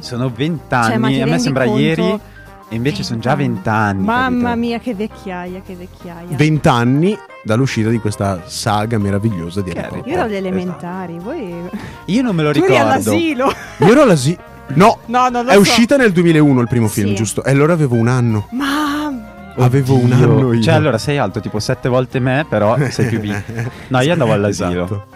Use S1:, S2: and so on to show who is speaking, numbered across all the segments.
S1: Sono
S2: Cioè, ma
S1: vent'anni,
S2: ti
S1: a me
S2: rendi
S1: sembra
S2: conto?
S1: ieri, e invece sono già vent'anni.
S2: Mamma
S1: capito?
S2: mia, che vecchiaia, che vecchiaia.
S3: 20 anni dall'uscita di questa saga meravigliosa di Harry
S1: Che
S3: Potter.
S2: Io ero alle
S1: Esatto.
S2: elementari, voi...
S1: Io non me lo
S2: Tu eri
S1: ricordo.
S2: all'asilo.
S3: Io ero alla si- No,
S2: No, non lo
S3: è
S2: so.
S3: uscita nel 2001 il primo film,
S2: Sì.
S3: giusto? E allora avevo un anno.
S2: Ma...
S3: Avevo un
S1: Io-
S3: anno io.
S1: Cioè, allora sei alto tipo sette volte me, però sei più big. No, io andavo all'asilo.
S3: Esatto.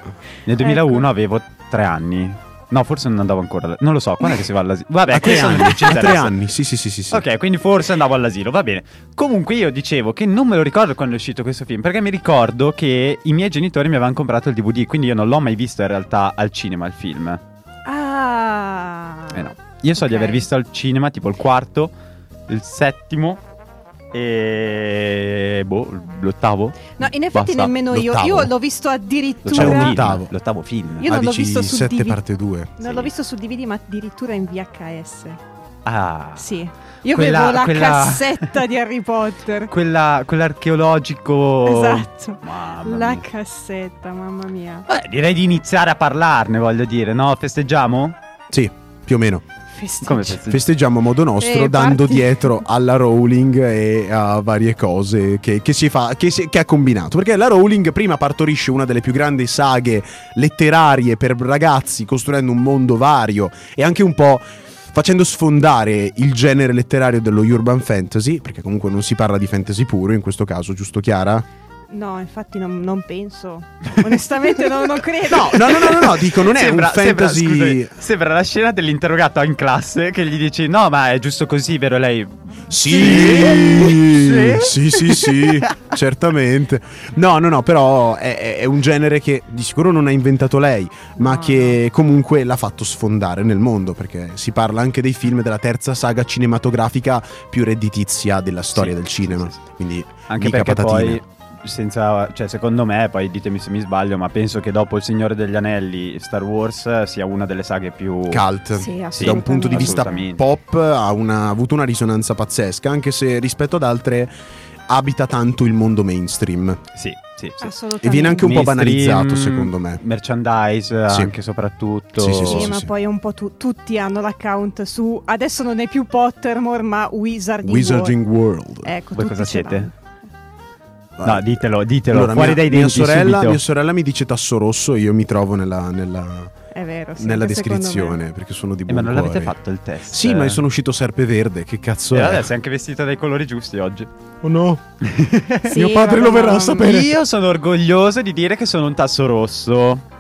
S1: Nel 2001
S2: Ecco.
S1: avevo tre anni. No, forse non andavo ancora. all- Non lo so, quando è che si va all'asilo? Vabbè,
S3: a tre
S1: questo non
S3: anni.
S1: ci
S3: A
S1: interessa.
S3: tre anni, sì, sì, sì, sì. sì.
S1: Ok, quindi forse andavo all'asilo, va bene. Comunque io dicevo che non me lo ricordo quando è uscito questo film, perché mi ricordo che i miei genitori mi avevano comprato il DVD, quindi io non l'ho mai visto in realtà al cinema il film.
S2: Ah...
S1: Eh no. Io so di
S2: Ok.
S1: aver visto al cinema tipo il quarto, il settimo e boh, l'ottavo.
S2: No, in effetti
S1: Basta.
S2: nemmeno io.
S3: l'ottavo.
S2: Io l'ho visto addirittura.
S3: C'è un
S1: film,
S3: ottavo.
S1: l'ottavo film.
S2: Io
S3: Ah,
S2: non l'ho
S3: dici
S2: visto sul
S3: sette
S2: DVD.
S3: parte 2.
S2: Non
S1: Sì.
S2: l'ho visto su DVD, ma addirittura in VHS.
S1: Ah.
S2: Sì. Io
S1: Quella-
S2: avevo la
S1: quella-
S2: cassetta di Harry Potter.
S1: Quella, quell'archeologico.
S2: Esatto.
S1: Oh. Mamma
S2: la
S1: mia.
S2: cassetta, mamma mia.
S1: Vabbè, direi di iniziare a parlarne, voglio dire, no? Festeggiamo?
S3: Sì, più o meno.
S2: Festeggi-
S1: Come festeggiamo?
S3: Festeggiamo a modo nostro
S2: Eh,
S3: dando
S2: parti.
S3: dietro alla Rowling e a varie cose che, che si fa, che, si- che ha combinato. Perché la Rowling prima partorisce una delle più grandi saghe letterarie per ragazzi, costruendo un mondo vario e anche un po'. Facendo sfondare il genere letterario dello urban fantasy, perché comunque non si parla di fantasy puro in questo caso, giusto Chiara?
S2: No, infatti non, non penso. Onestamente non, non credo.
S3: No, no, no, no, no, no, dico, non è un fantasy.
S1: Sembra, scusami, sembra la scena dell'interrogato in classe che gli dici: No, ma è giusto così, vero? Lei.
S3: Sì,
S1: Sì?
S3: sì, sì, sì, certamente. No, no, no, però è- è, è un genere che di sicuro non ha inventato lei, ma
S2: No,
S3: che comunque l'ha fatto sfondare nel mondo, perché si parla anche dei film della terza saga cinematografica più redditizia della storia
S1: Sì,
S3: del
S1: sì,
S3: cinema.
S1: sì, sì.
S3: Quindi
S1: Anche
S3: mica
S1: perché
S3: patatine.
S1: poi. Senza, cioè, secondo me, poi ditemi se mi sbaglio, ma penso che dopo Il Signore degli Anelli, Star Wars sia una delle saghe più.
S3: cult.
S2: Sì, assolutamente.
S3: da un punto di vista
S1: Assolutamente.
S3: pop ha, una- ha avuto una risonanza pazzesca, anche se rispetto ad altre abita tanto il mondo mainstream
S1: Sì, sì, sì.
S2: Assolutamente.
S3: e viene anche un po'
S1: Mainstream,
S3: banalizzato secondo me.
S1: Merchandise,
S3: Sì.
S1: anche e soprattutto.
S3: Sì, sì,
S2: Sì,
S3: sì,
S2: ma
S3: sì.
S2: poi un po' tu- tutti hanno l'account su. Adesso non è più Pottermore, ma Wizarding. World.
S3: Wizarding World.
S2: Ecco,
S1: Voi
S2: tutti
S1: cosa
S2: ce
S1: siete?
S2: l'hanno.
S1: No, ditelo, ditelo.
S3: Allora,
S1: fuori
S3: mia,
S1: dai
S3: mia
S1: denti
S3: sorella,
S1: subito.
S3: mia sorella mi dice tasso rosso e io mi trovo nella, nella-
S2: È vero. sì,
S3: nella
S2: anche secondo me.
S3: descrizione perché sono di
S1: Eh,
S3: buon
S1: ma non l'avete
S3: cuore.
S1: fatto il test? Eh,
S3: Sì, ma io sono uscito serpe verde, che cazzo
S1: E
S3: è?
S1: adesso sei anche vestita dai colori giusti oggi.
S3: Oh no,
S2: Sì,
S3: mio
S2: vabbè,
S3: padre lo verrà
S2: no,
S3: a sapere.
S1: Io sono orgoglioso di dire che sono un tasso rosso.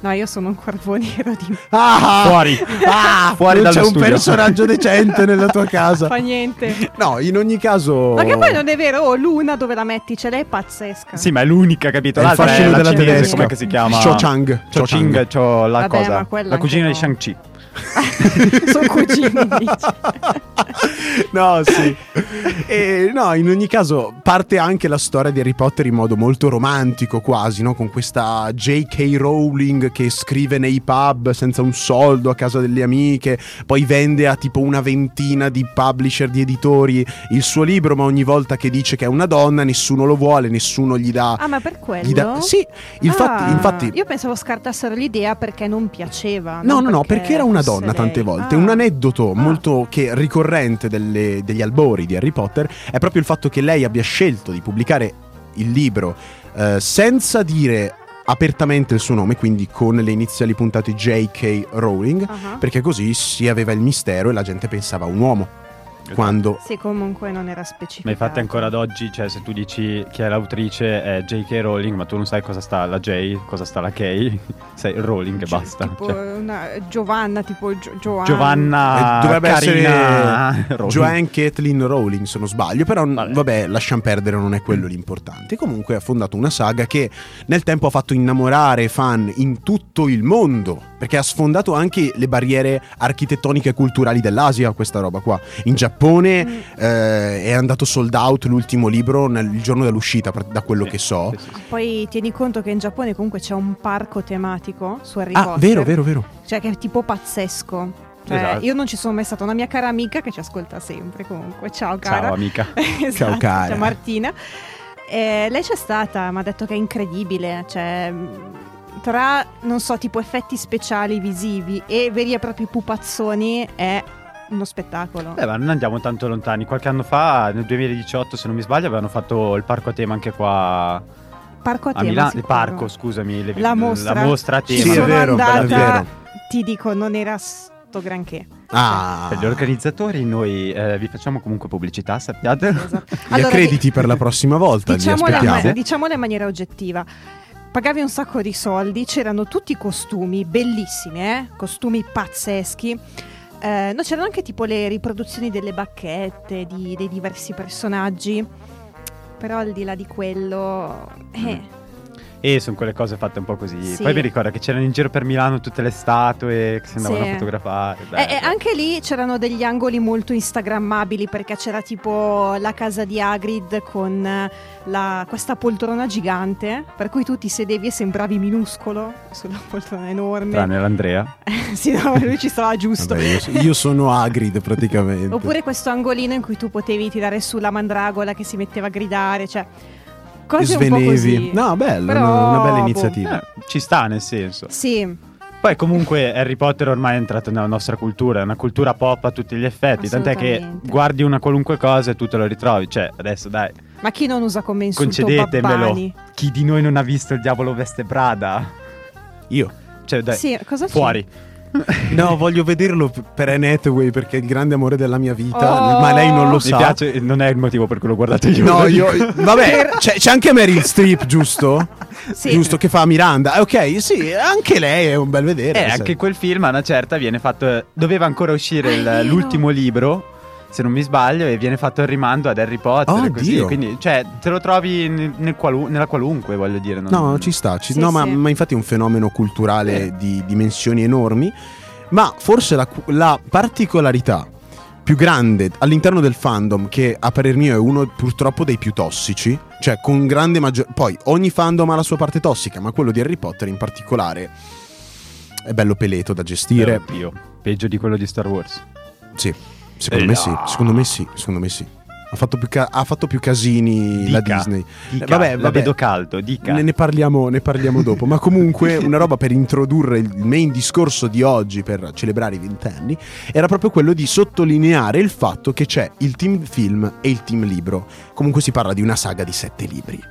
S2: No, io sono un corvo nero di
S3: Ah,
S1: Fuori.
S3: Ah,
S1: Fuori
S3: non
S1: dallo
S3: c'è un
S1: studio.
S3: personaggio decente nella tua
S2: fa
S3: casa.
S2: niente.
S3: No, in ogni caso
S2: Ma che poi non è vero, oh, Luna dove la metti? Ce l'hai è pazzesca.
S1: Sì, ma è l'unica, capito?
S3: È il
S1: L'altra
S3: fascino
S1: la
S3: della
S1: cinese,
S3: tedesca.
S1: Com'è che si chiama?
S3: Cho Chang.
S1: Cho Chang, Cho la
S2: Vabbè, ma
S1: cosa.
S2: quella
S1: La cugina di
S2: anche no.
S1: Shang-Chi.
S2: Sono cugini, dici.
S3: no, sì. E, no, in ogni caso parte anche la storia di Harry Potter in modo molto romantico quasi, no? Con questa J.K. Rowling che scrive nei pub senza un soldo a casa delle amiche, poi vende a tipo una ventina di publisher, di editori il suo libro, ma ogni volta che dice che è una donna nessuno lo vuole, nessuno gli dà...
S2: Ah, ma per quello?
S3: Gli dà... Sì, infatti...
S2: Ah,
S3: infatti
S2: Io pensavo scartassero l'idea perché non piaceva.
S3: No,
S2: non
S3: no, no, perché era una donna
S2: Ah, fosse
S3: tante
S2: lei.
S3: volte.
S2: Ah.
S3: Un aneddoto
S2: Ah.
S3: molto che ricorrente delle- degli albori di Harry Potter è proprio il fatto che lei abbia scelto di pubblicare il libro eh, senza dire apertamente il suo nome, quindi con le iniziali puntate J.K. Rowling,
S2: Ah.
S3: perché così si aveva il mistero e la gente pensava a un uomo. Quando
S2: Sì, comunque non era specifico.
S1: Ma infatti ancora ad oggi, cioè se tu dici chi è l'autrice è J.K. Rowling, ma tu non sai cosa sta la J, cosa sta la K, sai Rowling e basta.
S2: Tipo
S1: Cioè,
S2: una Giovanna, tipo Gio- Giovanna.
S1: Giovanna
S3: Eh, dovrebbe
S1: Carina
S3: essere
S1: Rowling.
S3: Joanne Caitlin Rowling se non sbaglio però n-
S1: Vabbè. Mm.
S3: vabbè. lasciamo perdere non è quello l'importante comunque ha fondato una saga che nel tempo ha fatto innamorare fan in tutto il mondo perché ha sfondato anche le barriere architettoniche e culturali dell'Asia questa roba qua in Giappone
S2: Mm.
S3: eh, è andato sold out l'ultimo libro nel, il giorno dell'uscita pra- da quello
S1: Sì,
S3: che so
S1: sì, sì, sì.
S2: Poi tieni conto che in Giappone comunque c'è un parco tematico su Harry
S3: ah
S2: Potter.
S3: vero vero vero
S2: Cioè che è tipo pazzesco. Cioè,
S1: Esatto.
S2: io non ci sono mai stata, una mia cara amica che ci ascolta sempre comunque. Ciao cara.
S1: Ciao amica.
S2: Esatto,
S3: cara.
S2: Ciao Martina. Eh, lei c'è stata, mi ha detto che è incredibile, cioè mh, tra, non so, tipo effetti speciali visivi e veri e propri pupazzoni è uno spettacolo.
S3: Eh,
S1: Beh, Eh, ma non andiamo tanto lontani. Qualche anno fa, nel 2018, se non mi sbaglio, avevano fatto il parco a tema anche qua
S2: Parco a,
S1: a
S2: tema,
S1: Milano. Il
S2: sicuro.
S1: parco, scusami, le-
S2: La mostra.
S1: la mostra a tema.
S3: Sì, è
S2: sono
S3: vero,
S2: andata,
S3: è vero.
S2: ti dico, non era sto granché.
S3: Ah,
S1: Per Cioè, gli organizzatori noi eh, vi facciamo comunque pubblicità, sappiate.
S2: Esatto.
S3: gli accrediti per la prossima volta, li
S1: Diciamo
S2: Diciamola, in
S3: aspettiamo.
S2: ma- diciamola in maniera oggettiva. Pagavi un sacco di soldi, c'erano tutti i costumi, bellissimi, eh? costumi pazzeschi. Eh, no, c'erano anche tipo le riproduzioni delle bacchette di- dei diversi personaggi. Però al di là di quello... eh,
S1: E sono quelle cose fatte un po' così.
S2: Sì.
S1: Poi mi ricordo che c'erano in giro per Milano tutte le statue che si andavano
S2: Sì.
S1: a fotografare.
S2: E,
S1: bello.
S2: e anche lì c'erano degli angoli molto instagrammabili perché c'era tipo la casa di Hagrid con la- questa poltrona gigante per cui tu ti sedevi e sembravi minuscolo sulla poltrona enorme.
S1: Tranne l'Andrea.
S2: sì, no, lui ci stava giusto.
S3: Vabbè, io, so- io sono Agrid praticamente.
S2: Oppure questo angolino in cui tu potevi tirare su la mandragola che si metteva a gridare, cioè cose un po'
S3: svenevi.
S2: così.
S3: No, bello,
S2: Però,
S3: no, una bella
S2: boh.
S3: iniziativa.
S1: Eh, ci sta nel senso.
S2: Sì,
S1: Poi comunque Harry Potter ormai è entrato nella nostra cultura, è una cultura pop a tutti gli effetti, tant'è che
S2: Assolutamente.
S1: guardi una qualunque cosa e tu te lo ritrovi, cioè adesso dai,
S2: ma chi non usa come insulto
S1: concedetemelo,
S2: babbani?
S1: chi di noi non ha visto il diavolo veste Prada?
S3: Io.
S1: Cioè dai,
S2: Sì, cosa c'è?
S1: fuori.
S2: Eh.
S3: No, voglio vederlo p- per Anne Hathaway perché è il grande amore della mia vita,
S2: Oh.
S3: ma lei non lo
S1: Mi
S3: sa.
S1: piace, non è il motivo per cui l'ho guardato io.
S3: No, io. Vabbè, c'è, c'è anche Meryl Streep, giusto?
S2: Sì.
S3: Giusto che fa Miranda. Eh, Ok, sì, anche lei è un bel vedere.
S1: E
S3: sai.
S1: Eh, anche quel film a una certa viene fatto. eh, Doveva ancora uscire
S2: Ah, è
S1: il-
S2: vero.
S1: l'ultimo libro. Se non mi sbaglio, e viene fatto il rimando ad Harry Potter.
S3: Oh,
S1: così.
S3: Dio.
S1: Quindi, cioè, te lo trovi nel- nel qualu- nella qualunque, voglio dire. non-
S3: No, ci sta. ci-
S2: Sì,
S3: no, Ma,
S2: sì.
S3: ma infatti è un fenomeno culturale
S1: Ah. Sì.
S3: di dimensioni enormi. Ma forse la, cu- la particolarità più grande all'interno del fandom, che a parer mio è uno purtroppo dei più tossici, cioè con grande maggior. Poi ogni fandom ha la sua parte tossica, ma quello di Harry Potter in particolare è bello peleto da
S1: Eh,
S3: gestire.
S1: oddio, peggio di quello di Star Wars.
S3: Sì, secondo
S1: Eh,
S3: me
S1: no.
S3: sì. Secondo me sì, secondo me sì. Ha fatto più, ca- ha fatto più casini la
S1: Dica.
S3: Disney.
S1: Dica,
S3: vabbè,
S1: la
S3: vabbè.
S1: vedo caldo, dica.
S3: Ne, ne parliamo, ne parliamo dopo. Ma comunque, una roba per introdurre il main discorso di oggi, per celebrare i vent'anni, era proprio quello di sottolineare il fatto che c'è il team film e il team libro. Comunque si parla di una saga di sette libri.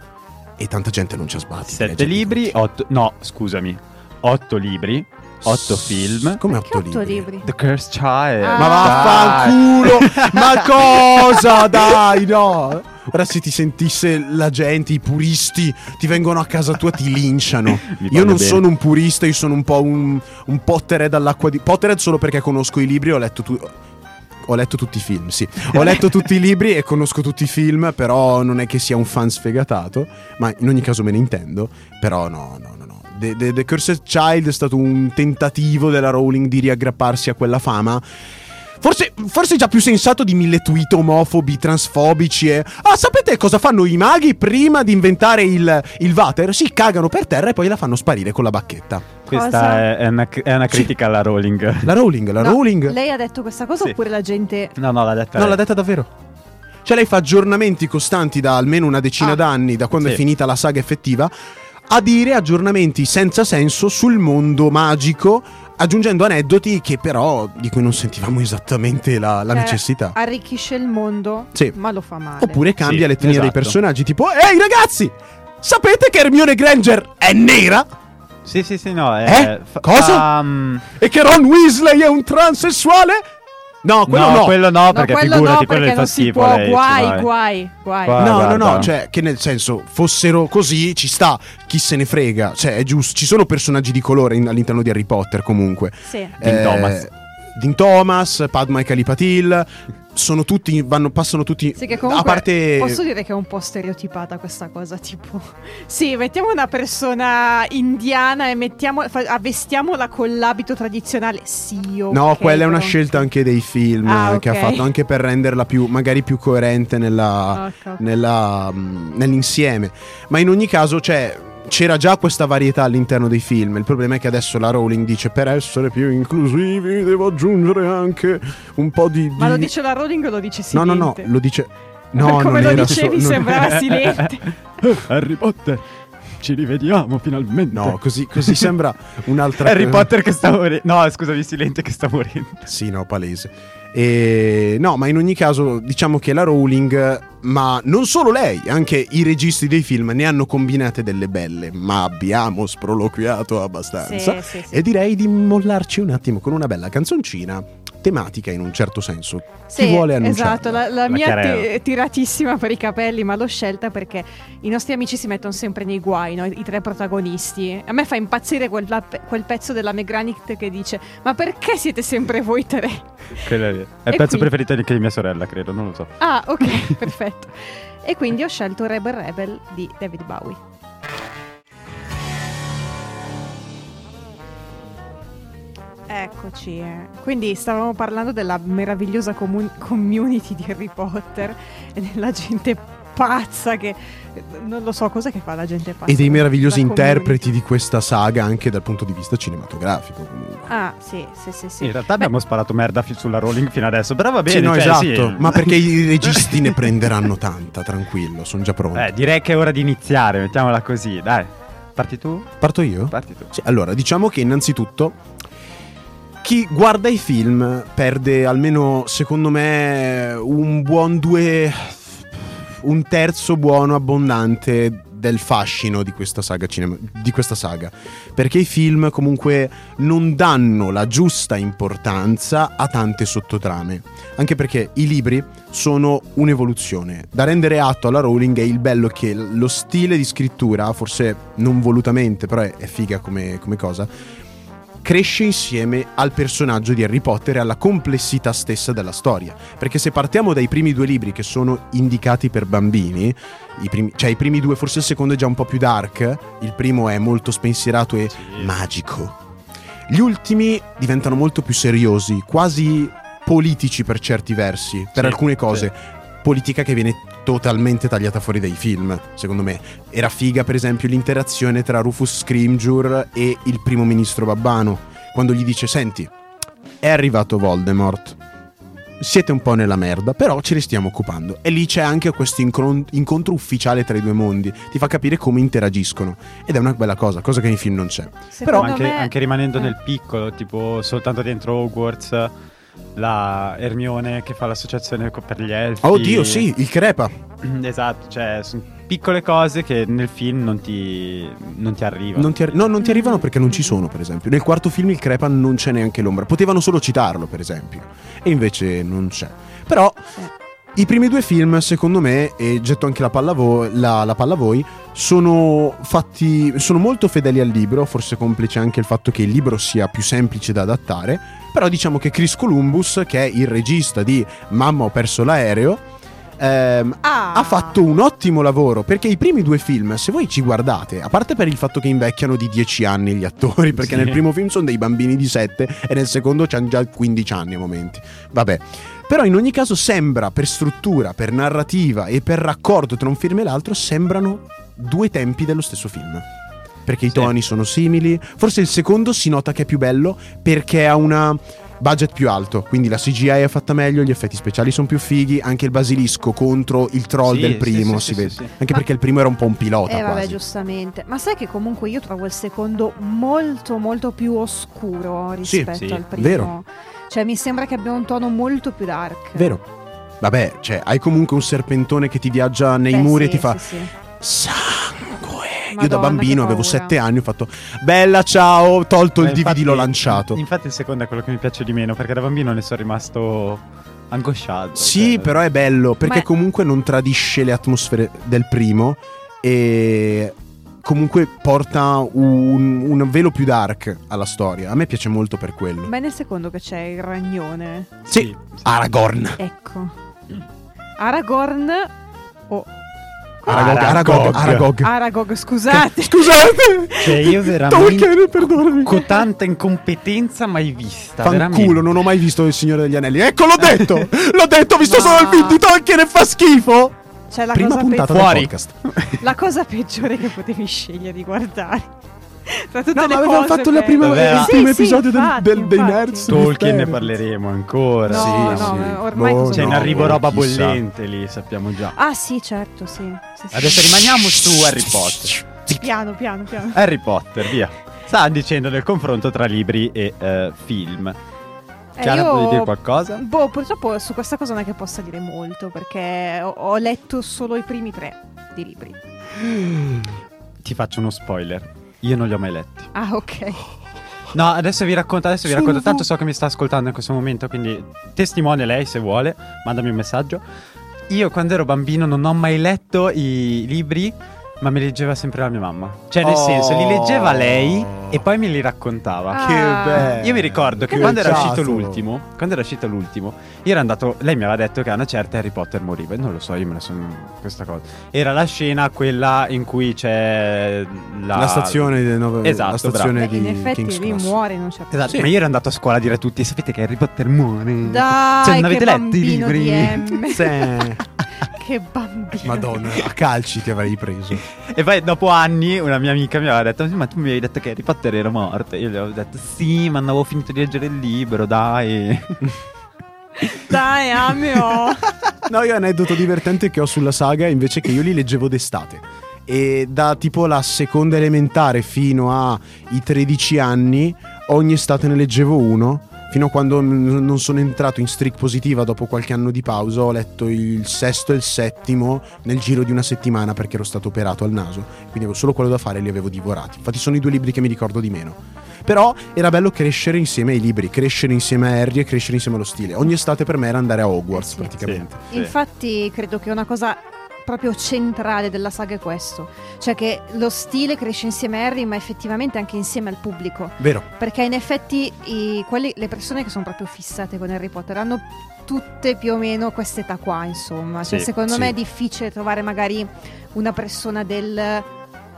S3: E tanta gente non ci ha sbagliato.
S1: Sette libri, otto. No, scusami. Otto libri, otto film.
S3: Come
S2: Perché
S3: otto libri?
S1: The Cursed Child.
S2: Ah.
S3: Ma vaffanculo! ma cosa? Dai, no! Ora se ti sentisse la gente, i puristi, ti vengono a casa tua, ti linciano.
S1: Mi
S3: Io
S1: parli
S3: non
S1: bene.
S3: sono un purista, io sono un po' un, un Potterhead all'acqua di... Potterhead solo perché conosco i libri, ho letto tu- Ho letto tutti i film, sì. Ho letto tutti i libri e conosco tutti i film, però non è che sia un fan sfegatato, ma in ogni caso me ne intendo. Però no, no, no, no. The, The- The Cursed Child è stato un tentativo della Rowling di riaggrapparsi a quella fama. Forse, forse è già più sensato di mille tweet omofobi, transfobici e... Ah, sapete cosa fanno i maghi prima di inventare il, il water? Si cagano per terra e poi la fanno sparire con la bacchetta.
S1: Questa
S2: Cosa?
S1: è, è una, è una
S3: Sì.
S1: critica alla Rowling.
S3: La Rowling, la
S2: No,
S3: Rowling...
S2: Lei ha detto questa cosa
S1: Sì.
S2: oppure la gente...
S1: No, no, l'ha detta.
S3: No,
S1: lei.
S3: l'ha detta davvero. Cioè, lei fa aggiornamenti costanti da almeno una decina
S2: Ah.
S3: d'anni, da quando è
S1: Sì.
S3: finita la saga effettiva, a dire aggiornamenti senza senso sul mondo magico, aggiungendo aneddoti che però di cui non sentivamo esattamente la, la
S2: Cioè,
S3: necessità.
S2: Arricchisce il mondo,
S3: Sì.
S2: ma lo fa male.
S3: Oppure cambia
S1: Sì,
S3: l'etnia dei
S1: esatto.
S3: personaggi, tipo, ehi ragazzi, sapete che Hermione Granger è nera?
S1: Sì, sì, sì, no.
S3: Eh?
S1: È,
S3: Cosa?
S1: fa- mm,
S3: E che Ron Weasley è un transessuale? No, quello no.
S1: quello no,
S2: No,
S1: perché
S2: quello
S1: figurati,
S2: no,
S1: quello
S2: perché
S1: gli fa
S2: non si
S1: schifo.
S2: può.
S1: lei, cioè,
S2: guai,
S1: vai.
S2: guai, guai.
S1: Qua- Ah,
S3: no, no, no,
S1: guarda.
S3: cioè, che nel senso, fossero così, ci sta, chi se ne frega, cioè, è giusto, ci sono personaggi di colore in- all'interno di Harry Potter comunque. Eh,
S2: Sì.
S1: Dean Thomas.
S3: Dean Thomas, Padma e Calipatil, sono tutti, vanno, passano tutti,
S2: Sì, che comunque
S3: a parte...
S2: posso dire che è un po' stereotipata questa cosa, tipo, sì, mettiamo una persona indiana e mettiamo, fa- avvestiamola con l'abito tradizionale, sì, ok,
S3: No, quella è una
S2: però-
S3: scelta anche dei film
S2: Ah,
S3: eh, che ha
S2: ok.
S3: fatto, anche per renderla più, magari più coerente nella,
S2: Ok, ok.
S3: nella, mh, nell'insieme. Ma in ogni caso, cioè, c'era già questa varietà all'interno dei film. Il problema è che adesso la Rowling dice: per essere più inclusivi, devo aggiungere anche un po' di.
S2: Ma
S3: di-
S2: lo dice la Rowling o lo dice
S3: No,
S2: Silente?
S3: no, no, lo dice. No,
S2: Come
S3: non
S2: lo
S3: era
S2: dicevi
S1: Eh,
S3: so- non-
S2: sembrava Silente.
S1: Harry eh, Potter. ci rivediamo finalmente.
S3: No, così, così sembra un'altra
S1: Harry
S3: cosa.
S1: Potter che sta morendo. No, scusami, Silente che sta morendo.
S3: Sì, no, palese. E, no, ma in ogni caso diciamo che la Rowling, ma non solo lei, anche i registi dei film ne hanno combinate delle belle, ma abbiamo sproloquiato abbastanza.
S2: Sì, sì, sì.
S3: E direi di mollarci un attimo con una bella canzoncina tematica in un certo senso.
S2: Sì,
S3: chi vuole annunciarla?
S2: Esatto, la, la
S1: La
S2: mia ti-
S1: Chiarella.
S2: tiratissima per i capelli, ma l'ho scelta perché i nostri amici si mettono sempre nei guai, no? i tre protagonisti. A me fa impazzire quel, la- quel pezzo della Megranit che dice: Ma perché siete sempre voi tre?
S1: Quella lì. È
S2: E
S1: il pezzo
S2: qui-
S1: preferito anche di mia sorella, credo, non lo so.
S2: Ah, ok, perfetto. E quindi ho scelto Rebel Rebel di David Bowie. Eccoci, eh. quindi stavamo parlando della meravigliosa comu- community di Harry Potter e della gente pazza che non lo so cosa che fa la gente pazza.
S3: E dei
S2: La-
S3: meravigliosi
S2: la community.
S3: interpreti di questa saga anche dal punto di vista cinematografico comunque.
S2: Ah, sì, sì, sì, sì.
S1: In realtà abbiamo sparato merda fi- sulla Rolling fino adesso, però va bene.
S3: sì, no,
S1: cioè,
S3: esatto,
S1: sì.
S3: ma perché i registi ne prenderanno tanta, tranquillo, sono già pronto.
S1: Eh, direi che è ora di iniziare, mettiamola così, dai. Parti tu?
S3: Parto io?
S1: Parti tu.
S3: Sì, allora, diciamo che innanzitutto chi guarda i film perde almeno, secondo me, un buon due... un terzo buono abbondante del fascino di questa saga cinema- di questa saga perché i film comunque non danno la giusta importanza a tante sottotrame anche perché i libri sono un'evoluzione da rendere atto alla Rowling è il bello che lo stile di scrittura forse non volutamente però è, è figa come, come cosa cresce insieme al personaggio di Harry Potter e alla complessità stessa della storia perché se partiamo dai primi due libri che sono indicati per bambini i primi- cioè i primi due forse il secondo è già un po' più dark il primo è molto spensierato e magico. Gli ultimi diventano molto più seriosi, quasi politici per certi versi, per
S1: Sì,
S3: alcune cose. Politica che viene totalmente tagliata fuori dai film, secondo me. Era figa, per esempio, l'interazione tra Rufus Scrimgeour e il primo ministro Babbano, quando gli dice: Senti, è arrivato Voldemort. Siete un po' nella merda, però ce ne stiamo occupando. E lì c'è anche questo incron- incontro ufficiale tra i due mondi. Ti fa capire come interagiscono. Ed è una bella cosa, cosa che nei film non c'è.
S2: Secondo
S1: anche,
S2: me-
S1: anche rimanendo
S2: eh.
S1: nel piccolo, tipo soltanto dentro Hogwarts, la Hermione che fa l'associazione co- per gli elfi.
S3: Oddio, sì, il crepa.
S1: Esatto, cioè sono piccole cose che nel film non ti, non ti arrivano.
S3: Non ti arri- no, non ti arrivano perché non ci sono, per esempio. Nel quarto film il crepa non c'è neanche l'ombra. Potevano solo citarlo, per esempio. E invece non c'è. Però i primi due film, secondo me, e getto anche la palla, a vo- la, la palla a voi, sono fatti. sono molto fedeli al libro, forse complice anche il fatto che il libro sia più semplice da adattare. Però diciamo che Chris Columbus, che è il regista di Mamma ho perso l'aereo, ehm,
S2: Ah.
S3: ha fatto un ottimo lavoro perché i primi due film, se voi ci guardate, a parte per il fatto che invecchiano di 10 anni gli attori, perché
S1: Sì.
S3: nel primo film sono dei bambini di 7 e nel secondo c'hanno già 15 anni a momenti. Vabbè. Però in ogni caso sembra per struttura, per narrativa e per raccordo tra un film e l'altro sembrano due tempi dello stesso film. Perché i
S1: Sì.
S3: toni sono simili, forse il secondo si nota che è più bello perché ha una budget più alto, quindi la CGI è fatta meglio, gli effetti speciali sono più fighi, anche il basilisco contro il troll
S1: Sì,
S3: del
S1: sì,
S3: primo
S1: sì,
S3: si
S1: sì,
S3: vede.
S1: sì, sì.
S3: Anche
S2: Ma-
S3: perché il primo era un po' un pilota
S2: Eh vabbè,
S3: quasi.
S2: giustamente. Ma sai che comunque io trovo il secondo molto molto più oscuro
S3: Sì,
S2: rispetto
S1: sì,
S2: al primo.
S3: vero.
S2: Cioè mi sembra che abbia un tono molto più dark.
S3: Vero? Vabbè, cioè hai comunque un serpentone che ti viaggia nei
S2: Beh,
S3: muri
S2: sì,
S3: e ti fa
S2: sì, sì.
S3: sangue. Io da
S2: Madonna,
S3: bambino
S2: che
S3: avevo
S2: paura.
S3: sette anni, ho fatto bella ciao, ho tolto il
S1: Eh,
S3: DVD,
S1: infatti-
S3: l'ho lanciato.
S1: Infatti il secondo è quello che mi piace di meno, perché da bambino ne sono rimasto angosciato.
S3: Sì,
S1: cioè-
S3: però è bello perché
S2: Ma-
S3: comunque non tradisce le atmosfere del primo e comunque porta un, un velo più dark alla storia. A me piace molto per quello.
S2: Ma è nel secondo che c'è il ragnone.
S3: Sì, Aragorn.
S2: Ecco. Aragorn o
S3: Aragog, Aragog,
S1: Aragog.
S3: Aragog.
S2: Aragog, scusate.
S3: Scusate!
S1: Cioè, io veramente-
S3: Tolkien, perdonami.
S1: Con tanta incompetenza mai vista.
S3: Fanculo,
S1: veramente.
S3: non ho mai visto Il Signore degli Anelli. Ecco, l'ho
S2: Eh.
S3: detto! l'ho detto, ho visto
S2: Ma-
S3: solo il film di Tolkien e fa schifo!
S2: C'è Cioè, la
S3: Prima
S2: cosa, pe-
S3: puntata
S1: fuori.
S3: del podcast.
S2: la cosa peggiore che potevi scegliere di guardare. Tra tutte
S3: No,
S2: le
S3: ma avevamo
S2: cose
S3: fatto la
S2: belle.
S3: prima-
S1: Vabbè,
S3: il
S1: ma-
S3: primo
S2: Sì, sì,
S3: episodio del-
S2: infatti,
S3: del- dei
S2: infatti.
S3: Nerds.
S1: Tolkien ne
S3: Ferrets.
S1: parleremo ancora.
S2: No,
S3: Sì,
S2: no,
S3: sì.
S2: ma ormai
S3: Boh,
S2: cosa
S1: C'è Cioè, in
S3: no,
S1: arrivo roba
S3: chissà.
S1: bollente lì, sappiamo già.
S2: Ah sì, certo, sì. Sì, sì.
S3: Boh,
S1: Adesso rimaniamo su Harry Potter.
S2: Piano, piano, piano.
S1: Harry Potter, via. Sta dicendo del confronto tra libri e eh, film.
S2: Eh,
S1: Chiara,
S2: io-
S1: vuoi dire qualcosa?
S2: Boh, purtroppo su questa cosa non è che possa dire molto, perché ho, ho letto solo i primi tre di libri.
S1: Ti faccio uno spoiler. Io non li ho mai letti.
S2: Ah, ok.
S1: No, adesso vi racconto, adesso vi
S2: Sul
S1: racconto.
S2: vu-
S1: Tanto so che mi sta ascoltando in questo momento, quindi testimone lei se vuole, mandami un messaggio. Io quando ero bambino non ho mai letto i libri, ma me li leggeva sempre la mia mamma. Cioè, nel
S3: Oh.
S1: senso, li leggeva lei e poi me li raccontava.
S2: Ah.
S3: Che bello.
S1: Io mi ricordo che
S3: Eh, Che
S1: quando era
S3: cazzo.
S1: uscito l'ultimo, quando era uscito l'ultimo, io ero andato, lei mi aveva detto che a una certa Harry Potter moriva, e non lo so, io me la sono questa cosa. Era la scena quella in cui c'è la,
S3: La stazione del nove-
S1: Esatto,
S3: la
S2: Beh,
S3: stazione di
S2: in effetti
S3: King's
S2: lui
S3: Cross.
S2: muore in un certo
S1: Esatto,
S3: Sì.
S1: ma io ero andato a scuola a dire a tutti, sapete che Harry Potter muore.
S2: Dai,
S1: Se non
S2: che
S1: avete letto i
S2: bambino
S1: libri.
S2: di M.
S3: Sì.
S2: Che bambino.
S3: Madonna, a calci ti avrei preso.
S1: E poi dopo anni una mia amica mi aveva detto, "Sì, ma tu mi avevi detto che Harry Potter era morto. Io gli avevo detto, sì, ma non avevo finito di leggere il libro, dai.
S2: Dai, amio.
S3: No, io aneddoto divertente che ho sulla saga invece che io li leggevo d'estate. E da tipo la seconda elementare fino ai 13 anni, ogni estate ne leggevo uno. Fino a quando n- non sono entrato in streak positiva dopo qualche anno di pausa, ho letto il sesto e il settimo nel giro di una settimana perché ero stato operato al naso. Quindi avevo solo quello da fare e li avevo divorati. Infatti sono i due libri che mi ricordo di meno. Però era bello crescere insieme ai libri, crescere insieme a Harry e crescere insieme allo stile. Ogni estate per me era andare a Hogwarts
S2: Sì.
S3: praticamente.
S1: Sì, sì.
S2: Infatti, credo che una cosa proprio centrale della saga è questo, cioè che lo stile cresce insieme a Harry, ma effettivamente anche insieme al pubblico,
S3: Vero.
S2: perché in effetti i- quelli- le persone che sono proprio fissate con Harry Potter hanno tutte più o meno quest'età qua, insomma. Cioè,
S1: Sì,
S2: secondo
S3: sì.
S2: me è difficile trovare magari una persona del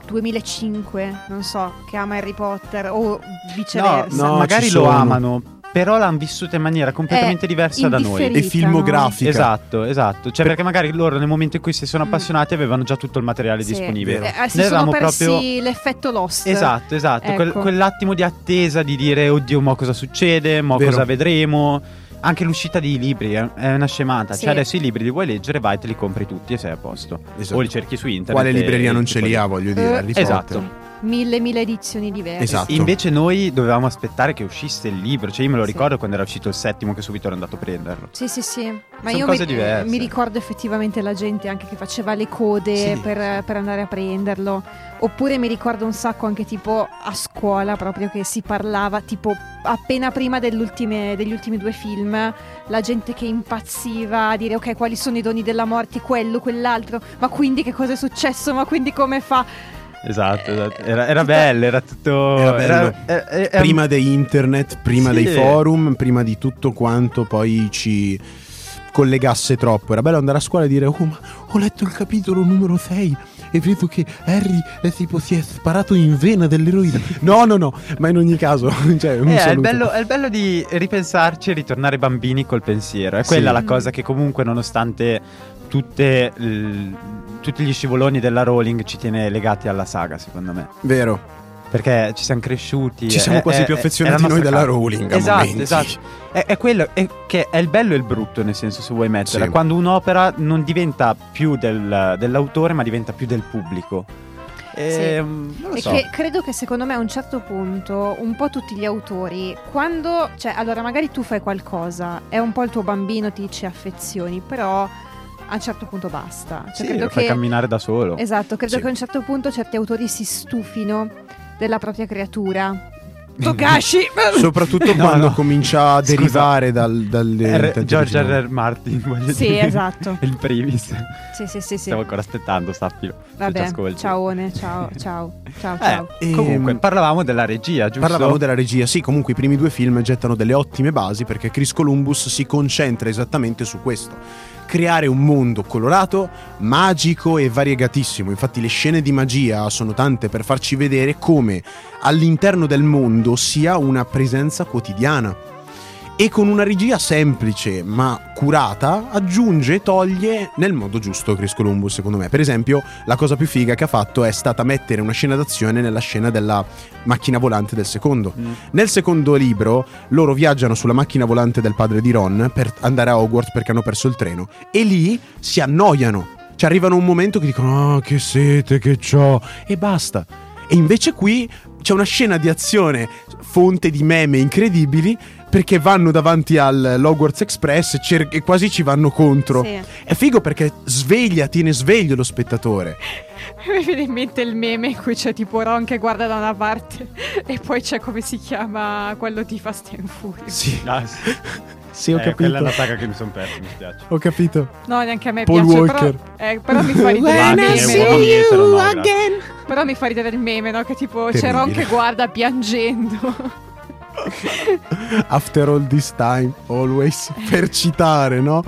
S2: 2005, non so, che ama Harry Potter o viceversa.
S3: No, no,
S1: magari
S3: ci
S1: lo
S3: sono.
S1: amano, però l'hanno vissuta in
S2: Eh,
S1: maniera completamente diversa da noi.
S2: indifferente.
S3: e filmografica.
S1: Esatto, esatto. Cioè, perché magari loro nel momento in cui si sono
S2: Mm.
S1: appassionati avevano già tutto il materiale
S2: Sì.
S1: disponibile.
S2: Eh, si sono
S1: Noi eravamo
S2: persi
S1: proprio-
S2: l'effetto Lost.
S1: Esatto, esatto. Quel-
S2: Ecco.
S1: quell'attimo di attesa di dire, oddio, mo cosa succede, mo
S3: Vero.
S1: cosa vedremo. Anche l'uscita dei libri è è una scemata.
S2: Sì.
S1: Cioè, adesso i libri li vuoi leggere, vai, te li compri tutti e sei a posto.
S3: Esatto.
S1: O li cerchi su internet.
S3: Quale
S1: e-
S3: libreria
S1: e
S3: non
S1: ti
S3: ce
S1: puoi-
S3: li ha, voglio dire.
S2: Eh,
S3: Harry Potter.
S1: Esatto.
S2: mille mille edizioni diverse.
S3: Esatto.
S1: Invece noi dovevamo aspettare che uscisse il libro, cioè io me lo
S2: Sì.
S1: ricordo quando era uscito il settimo che subito ero andato a prenderlo.
S2: Sì, sì, sì. Ma
S1: Sono
S2: io mi,
S1: cose diverse.
S2: mi ricordo effettivamente la gente anche che faceva le code
S3: Sì,
S2: per, per andare a prenderlo. Oppure mi ricordo un sacco anche tipo a scuola proprio che si parlava tipo appena prima dell'ultime- degli ultimi due film, la gente che impazziva a dire ok quali sono i doni della morte, quello, quell'altro, ma quindi che cosa è successo, ma quindi come fa?
S1: Esatto,
S2: Eh,
S1: esatto. Era, era
S2: tutta-
S1: bello, era tutto...
S3: Era bello.
S1: era- eh, eh, era-
S3: Prima di internet, prima
S1: Sì.
S3: dei forum, prima di tutto quanto poi ci collegasse troppo. Era bello andare a scuola e dire: Oh, ma ho letto il capitolo numero 6 e vedo che Harry eh, tipo, si è sparato in vena dell'eroina. No, no, no, ma in ogni caso, cioè, un
S1: Eh, è, il
S3: saluto.
S1: bello, è il bello di ripensarci e ritornare bambini col pensiero. È
S3: Sì.
S1: quella la
S2: Mm.
S1: cosa che comunque nonostante tutte, l- tutti gli scivoloni della Rowling ci tiene legati alla saga, secondo me.
S3: Vero.
S1: Perché ci siamo cresciuti.
S3: Ci siamo
S1: è-
S3: quasi
S1: è-
S3: più
S1: è-
S3: affezionati
S1: è la nostra
S3: noi della
S1: casa.
S3: Rowling a
S1: Esatto,
S3: momenti.
S1: esatto. È, è quello è che è il bello e il brutto, nel senso, se vuoi metterla.
S3: Sì.
S1: Quando un'opera non diventa più del- dell'autore, ma diventa più del pubblico. Ehm, non lo
S2: E
S1: so.
S2: che credo che secondo me a un certo punto un po' tutti gli autori, quando, cioè allora magari tu fai qualcosa, è un po' il tuo bambino, ti dice affezioni, però a un certo punto basta. Cioè,
S1: Sì,
S2: credo
S1: lo fai
S2: che-
S1: camminare da solo.
S2: Esatto, credo
S3: Sì.
S2: che a un certo punto certi autori si stufino della propria creatura. Togashi!
S3: Soprattutto
S1: No,
S3: quando
S1: no.
S3: comincia a
S1: Scusa.
S3: derivare dal, dalle
S1: R-
S3: dal
S1: George
S3: originale.
S1: R. R. Martin, voglio
S2: sì,
S1: dire.
S2: esatto.
S1: Il primis.
S2: Sì, sì, sì, sì.
S1: Stavo ancora aspettando, sappilo. se ci
S2: Vabbè,
S1: ascolti.
S2: ciaone, ciao, ciao, ciao,
S1: Eh,
S2: Ah, ciao.
S3: Ehm,
S1: Comunque, parlavamo della regia, giusto?
S3: Parlavamo della regia, sì, comunque i primi due film gettano delle ottime basi perché Chris Columbus si concentra esattamente su questo. Creare un mondo colorato, magico e variegatissimo. Infatti le scene di magia sono tante per farci vedere come all'interno del mondo sia una presenza quotidiana. E con una regia semplice ma curata aggiunge e toglie nel modo giusto Chris Columbus, secondo me. Per esempio, la cosa più figa che ha fatto è stata mettere una scena d'azione nella scena della macchina volante del secondo.
S1: Mm.
S3: Nel secondo libro loro viaggiano sulla macchina volante del padre di Ron per andare a Hogwarts perché hanno perso il treno e lì si annoiano. Ci arrivano a un momento che dicono: Ah, che sete che c'ho! E basta. E invece qui c'è una scena di azione fonte di meme incredibili perché vanno davanti al Logwarts Express e cer- e quasi ci vanno contro.
S2: Sì.
S3: È figo perché sveglia, tiene sveglio lo spettatore.
S2: Mi viene in mente il meme in cui c'è tipo Ron che guarda da una parte e poi c'è come si chiama quello di Fast and Furious.
S3: Sì,
S1: Ah, sì.
S3: sì ho
S1: Eh,
S3: capito.
S1: Quella è una saga che mi sono perso, mi spiace.
S3: Ho capito.
S2: No, neanche a me
S3: Paul
S2: piace,
S3: Walker.
S2: però, eh, però mi fa ridere il
S1: When I
S2: meme.
S1: see uomo dietro, no, grazie.
S2: Però mi fa ridere il meme, no? Che tipo c'è Ron
S3: Terribile.
S2: che guarda piangendo.
S3: After all this time, always per citare, no?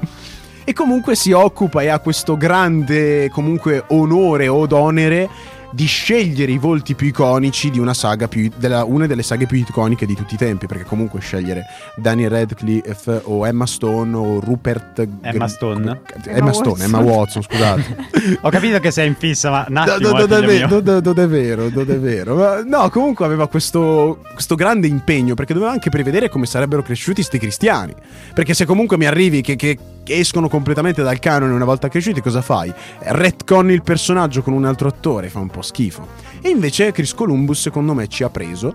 S3: E comunque si occupa e ha questo grande comunque onore od onere di scegliere i volti più iconici di una saga più della, una delle saghe più iconiche di tutti i tempi, perché comunque scegliere Daniel Radcliffe eh, o Emma Stone o Rupert
S1: Emma
S3: Gr-
S1: Stone.
S3: Emma, Stone, Emma Watson, scusate.
S1: Ho capito che sei in fissa, ma un
S3: No,
S1: attimo,
S3: no,
S1: eh, figlio
S3: no, no,
S1: mio.
S3: no, no, non è vero, non è vero. Ma, no, comunque aveva questo, questo grande impegno perché doveva anche prevedere come sarebbero cresciuti sti cristiani. Perché se comunque mi arrivi che, che- che escono completamente dal canone una volta cresciuti, cosa fai? Retcon il personaggio con un altro attore, fa un po' schifo. E invece Chris Columbus secondo me ci ha preso.